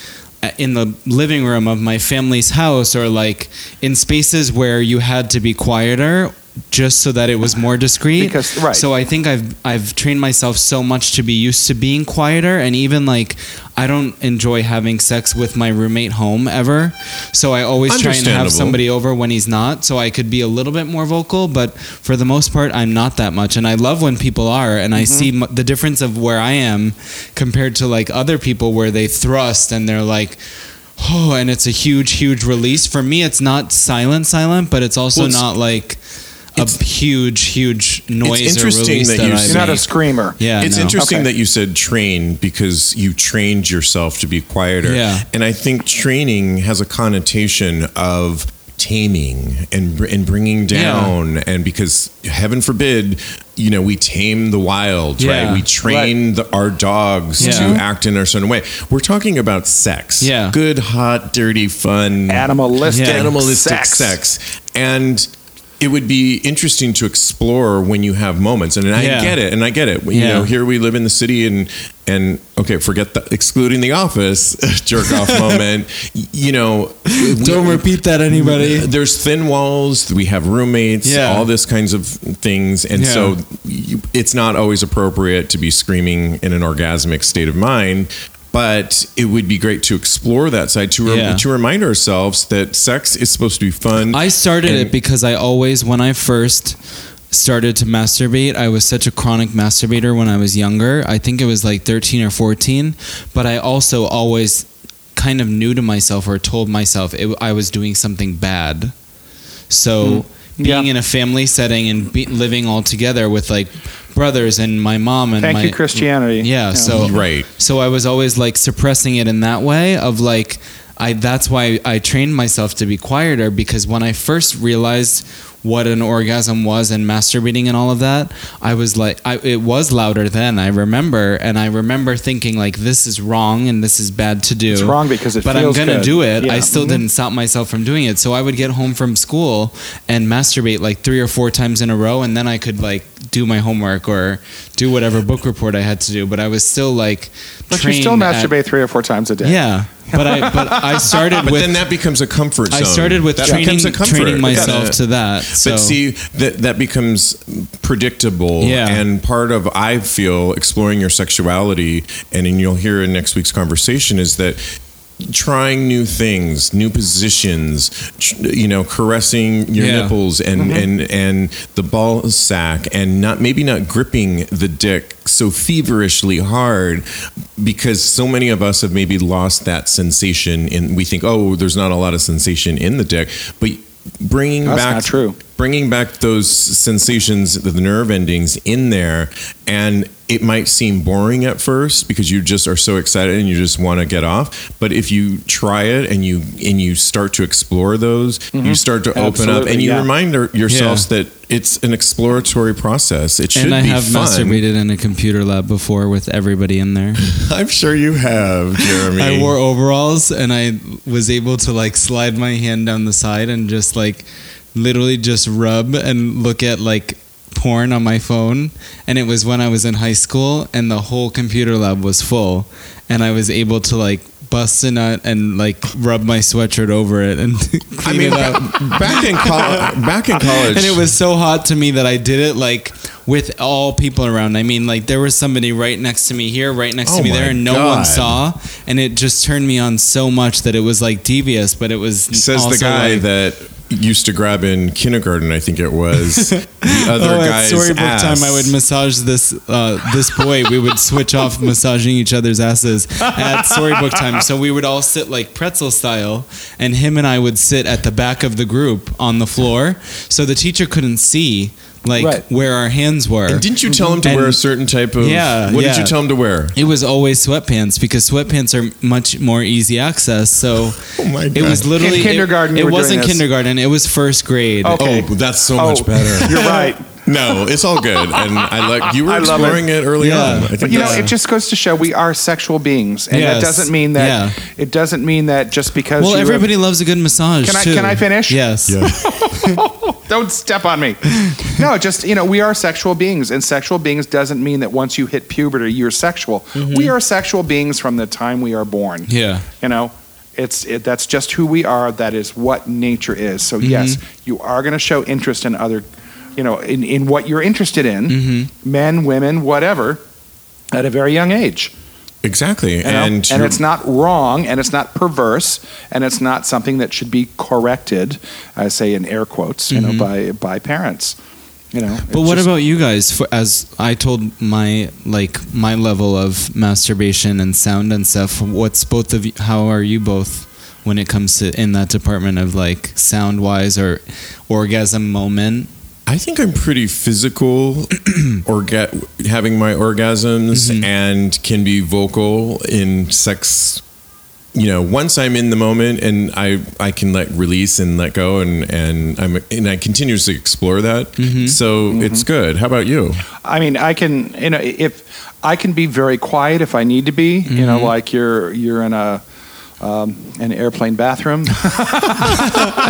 S2: uh, in the living room of my family's house or like in spaces where you had to be quieter just so that it was more discreet
S3: Because- right.
S2: so I think I've I've trained myself so much to be used to being quieter and even like I don't enjoy having sex with my roommate home ever. So I always try and
S1: Understandable.
S2: have somebody over when he's not so I could be a little bit more vocal, but for the most part I'm not that much and I love when people are and
S3: Mm-hmm.
S2: I see m- the difference of where I am compared to like other people where they thrust and they're like Oh, and it's a huge, huge release. For me, it's not silent, silent, but it's also
S1: Well, it's-
S2: not like a huge, huge noise.
S1: It's interesting
S2: or release
S1: that
S2: that,
S1: you
S2: I
S1: say-
S3: You're not a
S2: make.
S3: screamer.
S2: yeah,
S1: it's
S2: no.
S1: interesting
S3: Okay.
S1: that you said train because you trained yourself to be quieter.
S2: Yeah.
S1: And I think training has a connotation of taming and br- and bringing down and because heaven forbid you know we tame the wild right
S2: Yeah.
S1: we train the, our dogs
S2: Yeah.
S1: to act in a certain way we're talking about sex
S2: Yeah.
S1: good hot dirty fun
S3: Animalistic.
S2: Yeah.
S1: animalistic
S3: sex.
S1: sex. and it would be interesting to explore when you have moments and i
S2: Yeah.
S1: get it and i get it you
S2: Yeah.
S1: know here we live in the city and and okay forget the excluding the office jerk off moment Y- you know we-
S2: Don't repeat that, anybody.
S1: uh, there's thin walls we have roommates
S2: Yeah.
S1: all this kinds of things and
S2: Yeah.
S1: so you, it's not always appropriate to be screaming in an orgasmic state of mind but it would be great to explore that side to, rem-
S2: Yeah.
S1: to remind ourselves that sex is supposed to be fun
S2: I started
S1: And-
S2: it because I always, when I first started to masturbate, I was such a chronic masturbator when I was younger. I think it was like 13 or 14, but I also always kind of knew to myself or told myself it, I was doing something bad. So being
S3: Hmm. Yeah.
S2: in a family setting and be, living all together with like brothers and my mom and
S3: Thank
S2: my
S3: you, Christianity.
S2: Yeah, so
S1: Right.
S2: So I was always like suppressing it in that way of like I that's why I trained myself to be quieter because when I first realized what an orgasm was and masturbating and all of that, I was like I it was louder then I remember and I remember thinking like this is wrong and this is bad to do.
S3: It's wrong because it
S2: But
S3: feels
S2: I'm gonna
S3: good.
S2: do it.
S3: Yeah.
S2: I still
S3: Mhm.
S2: didn't stop myself from doing it. So I would get home from school and masturbate like three or four times in a row, and then I could like do my homework or do whatever book report I had to do. But I was still like,
S3: But you still
S2: trained at-
S3: masturbate three or four times a day.
S2: yeah, but I but I started
S1: but
S2: with
S1: then that becomes a comfort zone.
S2: I started with
S1: that
S2: training
S1: becomes a comfort.
S2: training myself
S1: Yeah.
S2: to that. So
S1: But see, that that becomes predictable,
S2: Yeah.
S1: and part of I feel exploring your sexuality, and, and you'll hear in next week's conversation is that trying new things, new positions, tr- you know, caressing your
S2: Yeah.
S1: nipples and and and the ball sack, and not maybe not gripping the dick so feverishly hard because so many of us have maybe lost that sensation and we think oh there's not a lot of sensation in the dick but bringing
S3: That's
S1: back
S3: not true.
S1: bringing back those sensations, the nerve endings in there, and it might seem boring at first because you just are so excited and you just want to get off. But if you try it and you and you start to explore those,
S2: Mm-hmm.
S1: you start to open up
S3: Absolutely,
S1: and you
S3: yeah.
S1: remind your- yourselves that it's an exploratory process. It should
S2: and I
S1: be
S2: have
S1: fun.
S2: masturbated in a computer lab before with everybody in there.
S1: I'm sure you have, Jeremy.
S2: I wore overalls and I was able to like slide my hand down the side and just like literally just rub and look at like porn on my phone. And it was when I was in high school and the whole computer lab was full. And I was able to like bust a nut and like rub my sweatshirt over it and
S1: I
S2: clean
S1: mean,
S2: it up.
S1: back in college, back in college,
S2: And it was so hot to me that I did it like with all people around. I mean, like there was somebody right next to me here, right next
S1: Oh
S2: to me
S1: my
S2: there, and no
S1: God.
S2: one saw. And it just turned me on so much that it was like devious, but it was
S1: says
S2: also,
S1: the guy
S2: like-
S1: that used to grab in kindergarten, I think it was, the other
S2: oh, at
S1: guy's
S2: storybook
S1: ass.
S2: time, I would massage this uh, this boy. we would switch off massaging each other's asses at storybook time. So we would all sit like pretzel style, and him and I would sit at the back of the group on the floor, so the teacher couldn't see like
S3: Right.
S2: where our hands were.
S1: And didn't you tell him to
S2: And-
S1: wear a certain type of?
S2: Yeah,
S1: What
S2: yeah.
S1: did you tell him to wear?
S2: It was always sweatpants because sweatpants are much more easy access. So
S1: Oh my
S2: it was
S1: God.
S2: literally
S3: In kindergarten,
S2: It,
S3: you
S2: it
S3: were doing
S2: wasn't
S3: this.
S2: kindergarten. It was first grade.
S3: Oh, Okay.
S1: Oh, that's so
S3: Oh,
S1: much better.
S3: You're right.
S1: no, it's all good, and I like you were
S3: I love it.
S1: exploring it. early
S2: Yeah.
S1: on. I
S3: But
S1: think
S3: you know,
S1: that's-
S3: it just goes to show we are sexual beings, and
S2: Yes.
S3: that doesn't mean that.
S2: Yeah.
S3: It doesn't mean that just because.
S2: Well,
S3: you have-
S2: everybody loves a good massage.
S3: Can I-
S2: too.
S3: can I finish?
S2: Yes.
S1: Yeah.
S3: don't step on me. No, just you know, we are sexual beings, and sexual beings doesn't mean that once you hit puberty you're sexual.
S2: Mm-hmm.
S3: We are sexual beings from the time we are born.
S2: Yeah.
S3: You know, it's it, that's just who we are. That is what nature is.
S2: Mm-hmm.
S3: So yes, you are going to show interest in other, you know, in in what you're interested in,
S2: Mm-hmm.
S3: men, women, whatever, at a very young age.
S1: exactly,
S3: you know?
S1: and
S3: and
S1: you're-
S3: it's not wrong, and it's not perverse, and it's not something that should be corrected. I say in air quotes, you know, by by parents. You know,
S2: Mm-hmm. But what about you guys? For, as I told my like my level of masturbation and sound and stuff. What's both of you, how are you both when it comes to in that department of like sound wise or orgasm moment?
S1: I think I'm pretty physical, or get having my orgasms
S2: Mm-hmm.
S1: and can be vocal in sex. You know, once I'm in the moment and I I can let release and let go and and I'm and I continuously explore that.
S2: Mm-hmm.
S1: So it's good. How about you?
S3: I mean, I can you know if I can be very quiet if I need to be. You
S2: Mm-hmm.
S3: know, like you're you're in a um, an airplane bathroom,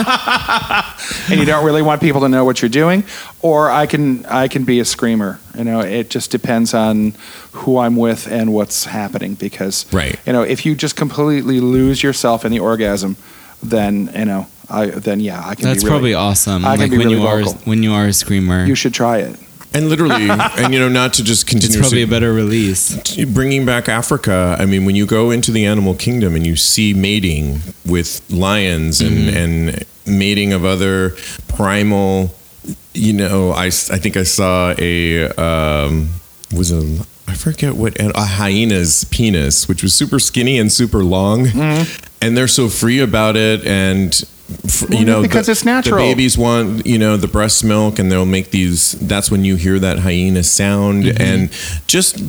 S3: and you don't really want people to know what you're doing. Or I can I can be a screamer. You know, it just depends on who I'm with and what's happening. Because
S1: Right.
S3: you know, if you just completely lose yourself in the orgasm, then you know, I then yeah, I can.
S2: That's
S3: be really,
S2: probably awesome.
S3: I can
S2: like
S3: be
S2: when
S3: really
S2: you are
S3: vocal.
S2: when you are a screamer,
S3: You should try it.
S1: And literally, and you know, not to just
S2: it's probably
S1: continuously
S2: a better release.
S1: bringing back Africa, I mean, when you go into the animal kingdom and you see mating with lions and, and mating of other primal, you know, I, s- I think I saw a, um, was a, I forget what, an- a hyena's penis, which was super skinny and super long. And they're so free about it. And, f-
S3: Mm-hmm. Well,
S1: you know,
S3: because
S1: the-
S3: it's natural.
S1: The babies want, you know, the breast milk and they'll make these, that's when you hear that hyena sound.
S3: Mm-hmm.
S1: And just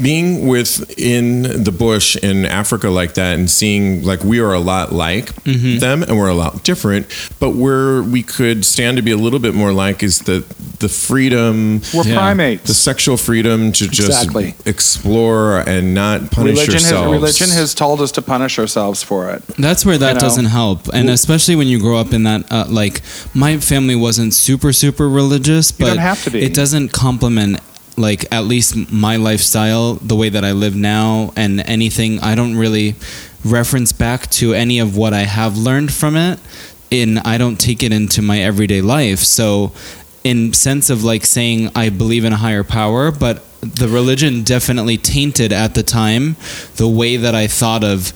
S1: being within the bush in Africa like that and seeing like we are a lot like
S3: Mm-hmm.
S1: them and we're a lot different, but where we could stand to be a little bit more like is the the freedom,
S3: We're
S2: Yeah.
S3: primates.
S1: the sexual freedom to just
S3: Exactly.
S1: explore and not punish
S3: religion has,
S1: yourselves.
S3: religion has told us to punish ourselves for it.
S2: That's where that
S3: You know?
S2: doesn't help, and especially when you grow up in that. Uh, like, my family wasn't super super religious,
S3: You
S2: but
S3: don't have to be.
S2: it doesn't complement like at least my lifestyle, the way that I live now, and anything. I don't really reference back to any of what I have learned from it, and I don't take it into my everyday life. So, in sense of like saying I believe in a higher power, but the religion definitely tainted at the time the way that I thought of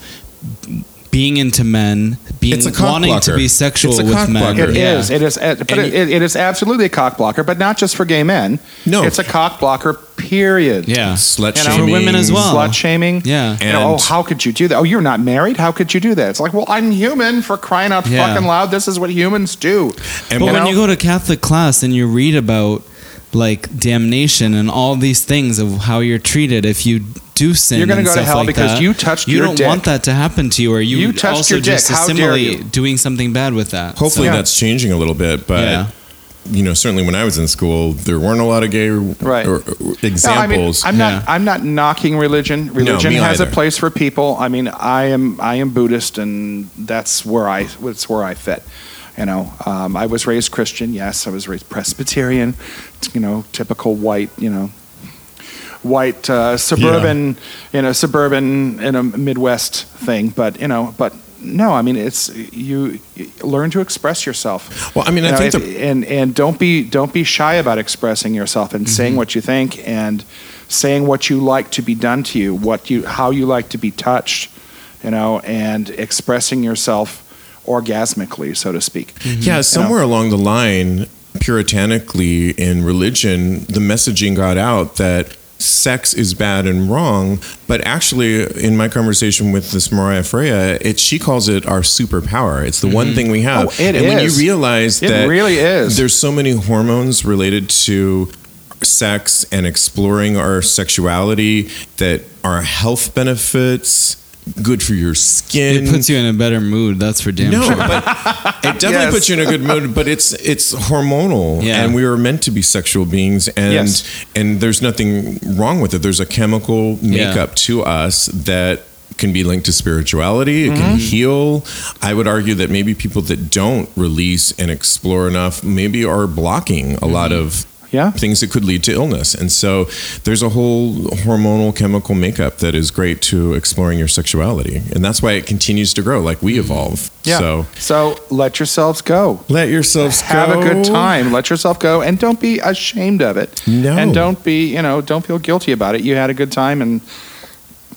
S2: being into men, being
S1: It's a cock
S2: wanting to
S1: blocker.
S2: be sexual
S1: It's a
S2: with
S1: cock
S2: men.
S1: blocker.
S3: It
S1: It
S3: is.
S2: yeah.
S3: It is. uh, But
S1: And
S3: it, it is absolutely a cock blocker, but not just for gay men.
S1: No.
S3: it's a cock blocker. Period.
S2: Yeah.
S1: slut
S3: You know?
S1: shaming
S2: For women as well.
S3: Slut shaming.
S2: Yeah.
S3: You know, oh,
S1: And-
S3: how could you do that? Oh, you're not married. How could you do that? It's like, well, I'm human for crying out
S2: Yeah.
S3: fucking loud. This is what humans do.
S1: And
S2: But
S1: you
S2: when
S1: know?
S2: you go to Catholic class and you read about like damnation and all these things of how you're treated if you do sin,
S3: You're gonna
S2: and
S3: go to
S2: stuff
S3: hell
S2: like
S3: because
S2: that,
S3: you touched
S2: You
S3: your
S2: don't
S3: dick.
S2: want that to happen to you, or you,
S3: You touched
S2: also
S3: your dick.
S2: just
S3: How dare
S2: assimilate
S3: you.
S2: doing something bad with that.
S1: Hopefully
S2: So-
S3: Yeah.
S1: that's changing a little bit, but
S2: Yeah.
S1: you know, certainly when I was in school, there weren't a lot of gay
S3: Right.
S1: or, or
S3: No, I mean,
S1: examples.
S3: I'm
S2: Yeah.
S3: not. I'm not knocking religion. Religion
S1: me
S3: has a
S1: either.
S3: place for people. I mean, I am. I am Buddhist, and that's where I. That's where I fit. You know, um, I was raised Christian. Yes, I was raised Presbyterian. t- You know, typical white. You know, white uh, suburban. You know, suburban in a Midwest thing. But you know, but no. I mean, it's you, you learn to express yourself
S1: well, I mean, I
S3: you know,
S1: think
S3: if-
S1: the,
S3: and and don't be don't be shy about expressing yourself and saying
S1: Mm-hmm.
S3: what you think and saying what you like to be done to you, what you how you like to be touched, you know, and expressing yourself orgasmically, so to speak.
S1: Yeah, somewhere along the line, puritanically in religion, the messaging got out that sex is bad and wrong. But actually, in my conversation with this Mariah Freya, it she calls it our superpower. It's the one thing we have.
S3: Oh, it
S1: and when you
S3: is.
S1: realize
S3: It
S1: that
S3: really is.
S1: there's so many hormones related to sex and exploring our sexuality that are health benefits. Good for your skin.
S2: It puts you in a better mood. That's for damn
S1: No,
S2: sure.
S1: but it definitely
S3: Yes.
S1: puts you in a good mood. But it's it's hormonal,
S2: Yeah.
S1: and we were meant to be sexual beings, and
S3: Yes.
S1: and there's nothing wrong with it. There's a chemical
S2: Yeah.
S1: makeup to us that can be linked to spirituality. It
S2: Mm-hmm.
S1: can heal. I would argue that maybe people that don't release and explore enough maybe are blocking a lot
S2: Mm-hmm.
S1: of.
S3: Yeah.
S1: Things that could lead to illness. And so there's a whole hormonal chemical makeup that is great to exploring your sexuality. And that's why it continues to grow, like we evolve. So
S3: so let yourselves go.
S1: let yourselves
S3: have
S1: go.
S3: a good time. Let yourself go, and don't be ashamed of it.
S1: No.
S3: and don't be you know don't feel guilty about it. You had a good time, and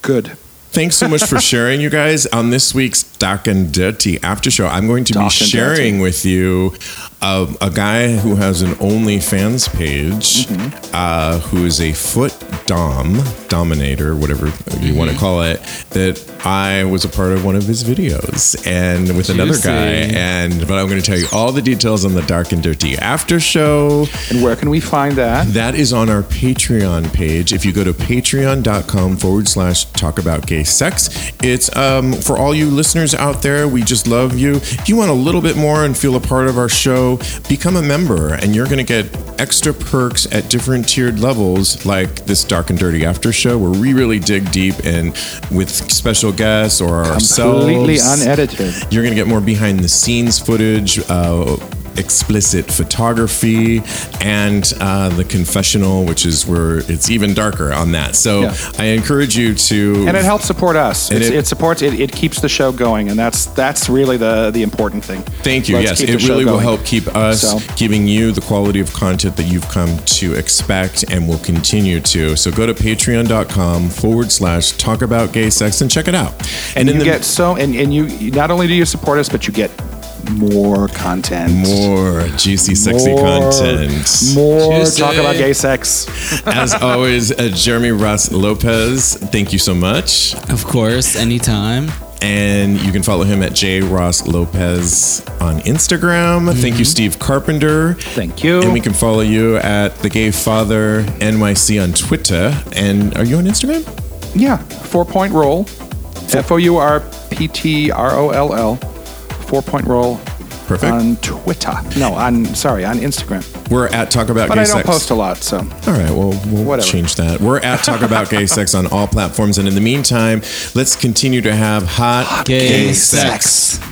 S3: good.
S1: Thanks so much for sharing, you guys. On this week's Doc and Dirty After Show, I'm going to
S3: Doc
S1: be
S3: and
S1: sharing
S3: Dirty.
S1: with you uh, a guy who has an OnlyFans page,
S3: Mm-hmm.
S1: uh, who is a foot dom, dominator, whatever you want to
S3: Mm-hmm.
S1: call it, that I was a part of one of his videos and with another
S2: Juicy.
S1: guy. And but I'm going to tell you all the details on the Dark and Dirty After Show.
S3: And where can we find that?
S1: That is on our Patreon page. If you go to patreon.com forward slash talk about gay sex, it's um, for all you listeners out there. We just love you. If you want a little bit more and feel a part of our show, become a member and you're going to get extra perks at different tiered levels, like this Dark and Dirty After Show, where we really dig deep and with special guests or ourselves.
S3: Completely unedited.
S1: You're going to get more behind the scenes footage, uh, explicit photography, and uh, the confessional, which is where it's even darker on that. So
S3: Yeah.
S1: I encourage you to.
S3: And it helps support us.
S1: And
S3: It's, it,
S1: it-
S3: supports. It, it keeps the show going, and that's that's really the the important thing.
S1: Thank you.
S3: Let's
S1: yes,
S3: keep the
S1: it
S3: show
S1: really will
S3: going.
S1: help keep us
S3: So-
S1: giving you the quality of content that you've come to expect and will continue to. So go to patreon.com forward slash talk about gay sex and check it out.
S3: And, you get so, and and you you- not only do you support us, but you get more content.
S1: more juicy, sexy
S3: More-
S1: content.
S3: More
S2: Juicy.
S3: talk about gay sex.
S1: As always, uh, Jeremy Ross Lopez, thank you so much.
S2: Of course, anytime.
S1: And you can follow him at J Ross Lopez on Instagram. Thank you, Steve Carpenter.
S3: Mm-hmm. Thank you.
S1: And we can follow you at The Gay Father NYC on Twitter. And are you on Instagram?
S3: Yeah, four point roll. F O U R P T R O L L. Four point roll.
S1: Perfect.
S3: On Twitter. No, on, sorry, on Instagram.
S1: We're at Talk About
S3: But
S1: Gay
S3: I don't
S1: Sex.
S3: post a lot, so.
S1: All right, well, we'll
S3: Whatever.
S1: change that. We're at Talk About Gay Sex on all platforms. And in the meantime, let's continue to have hot
S2: Gay,
S1: sex.
S2: sex.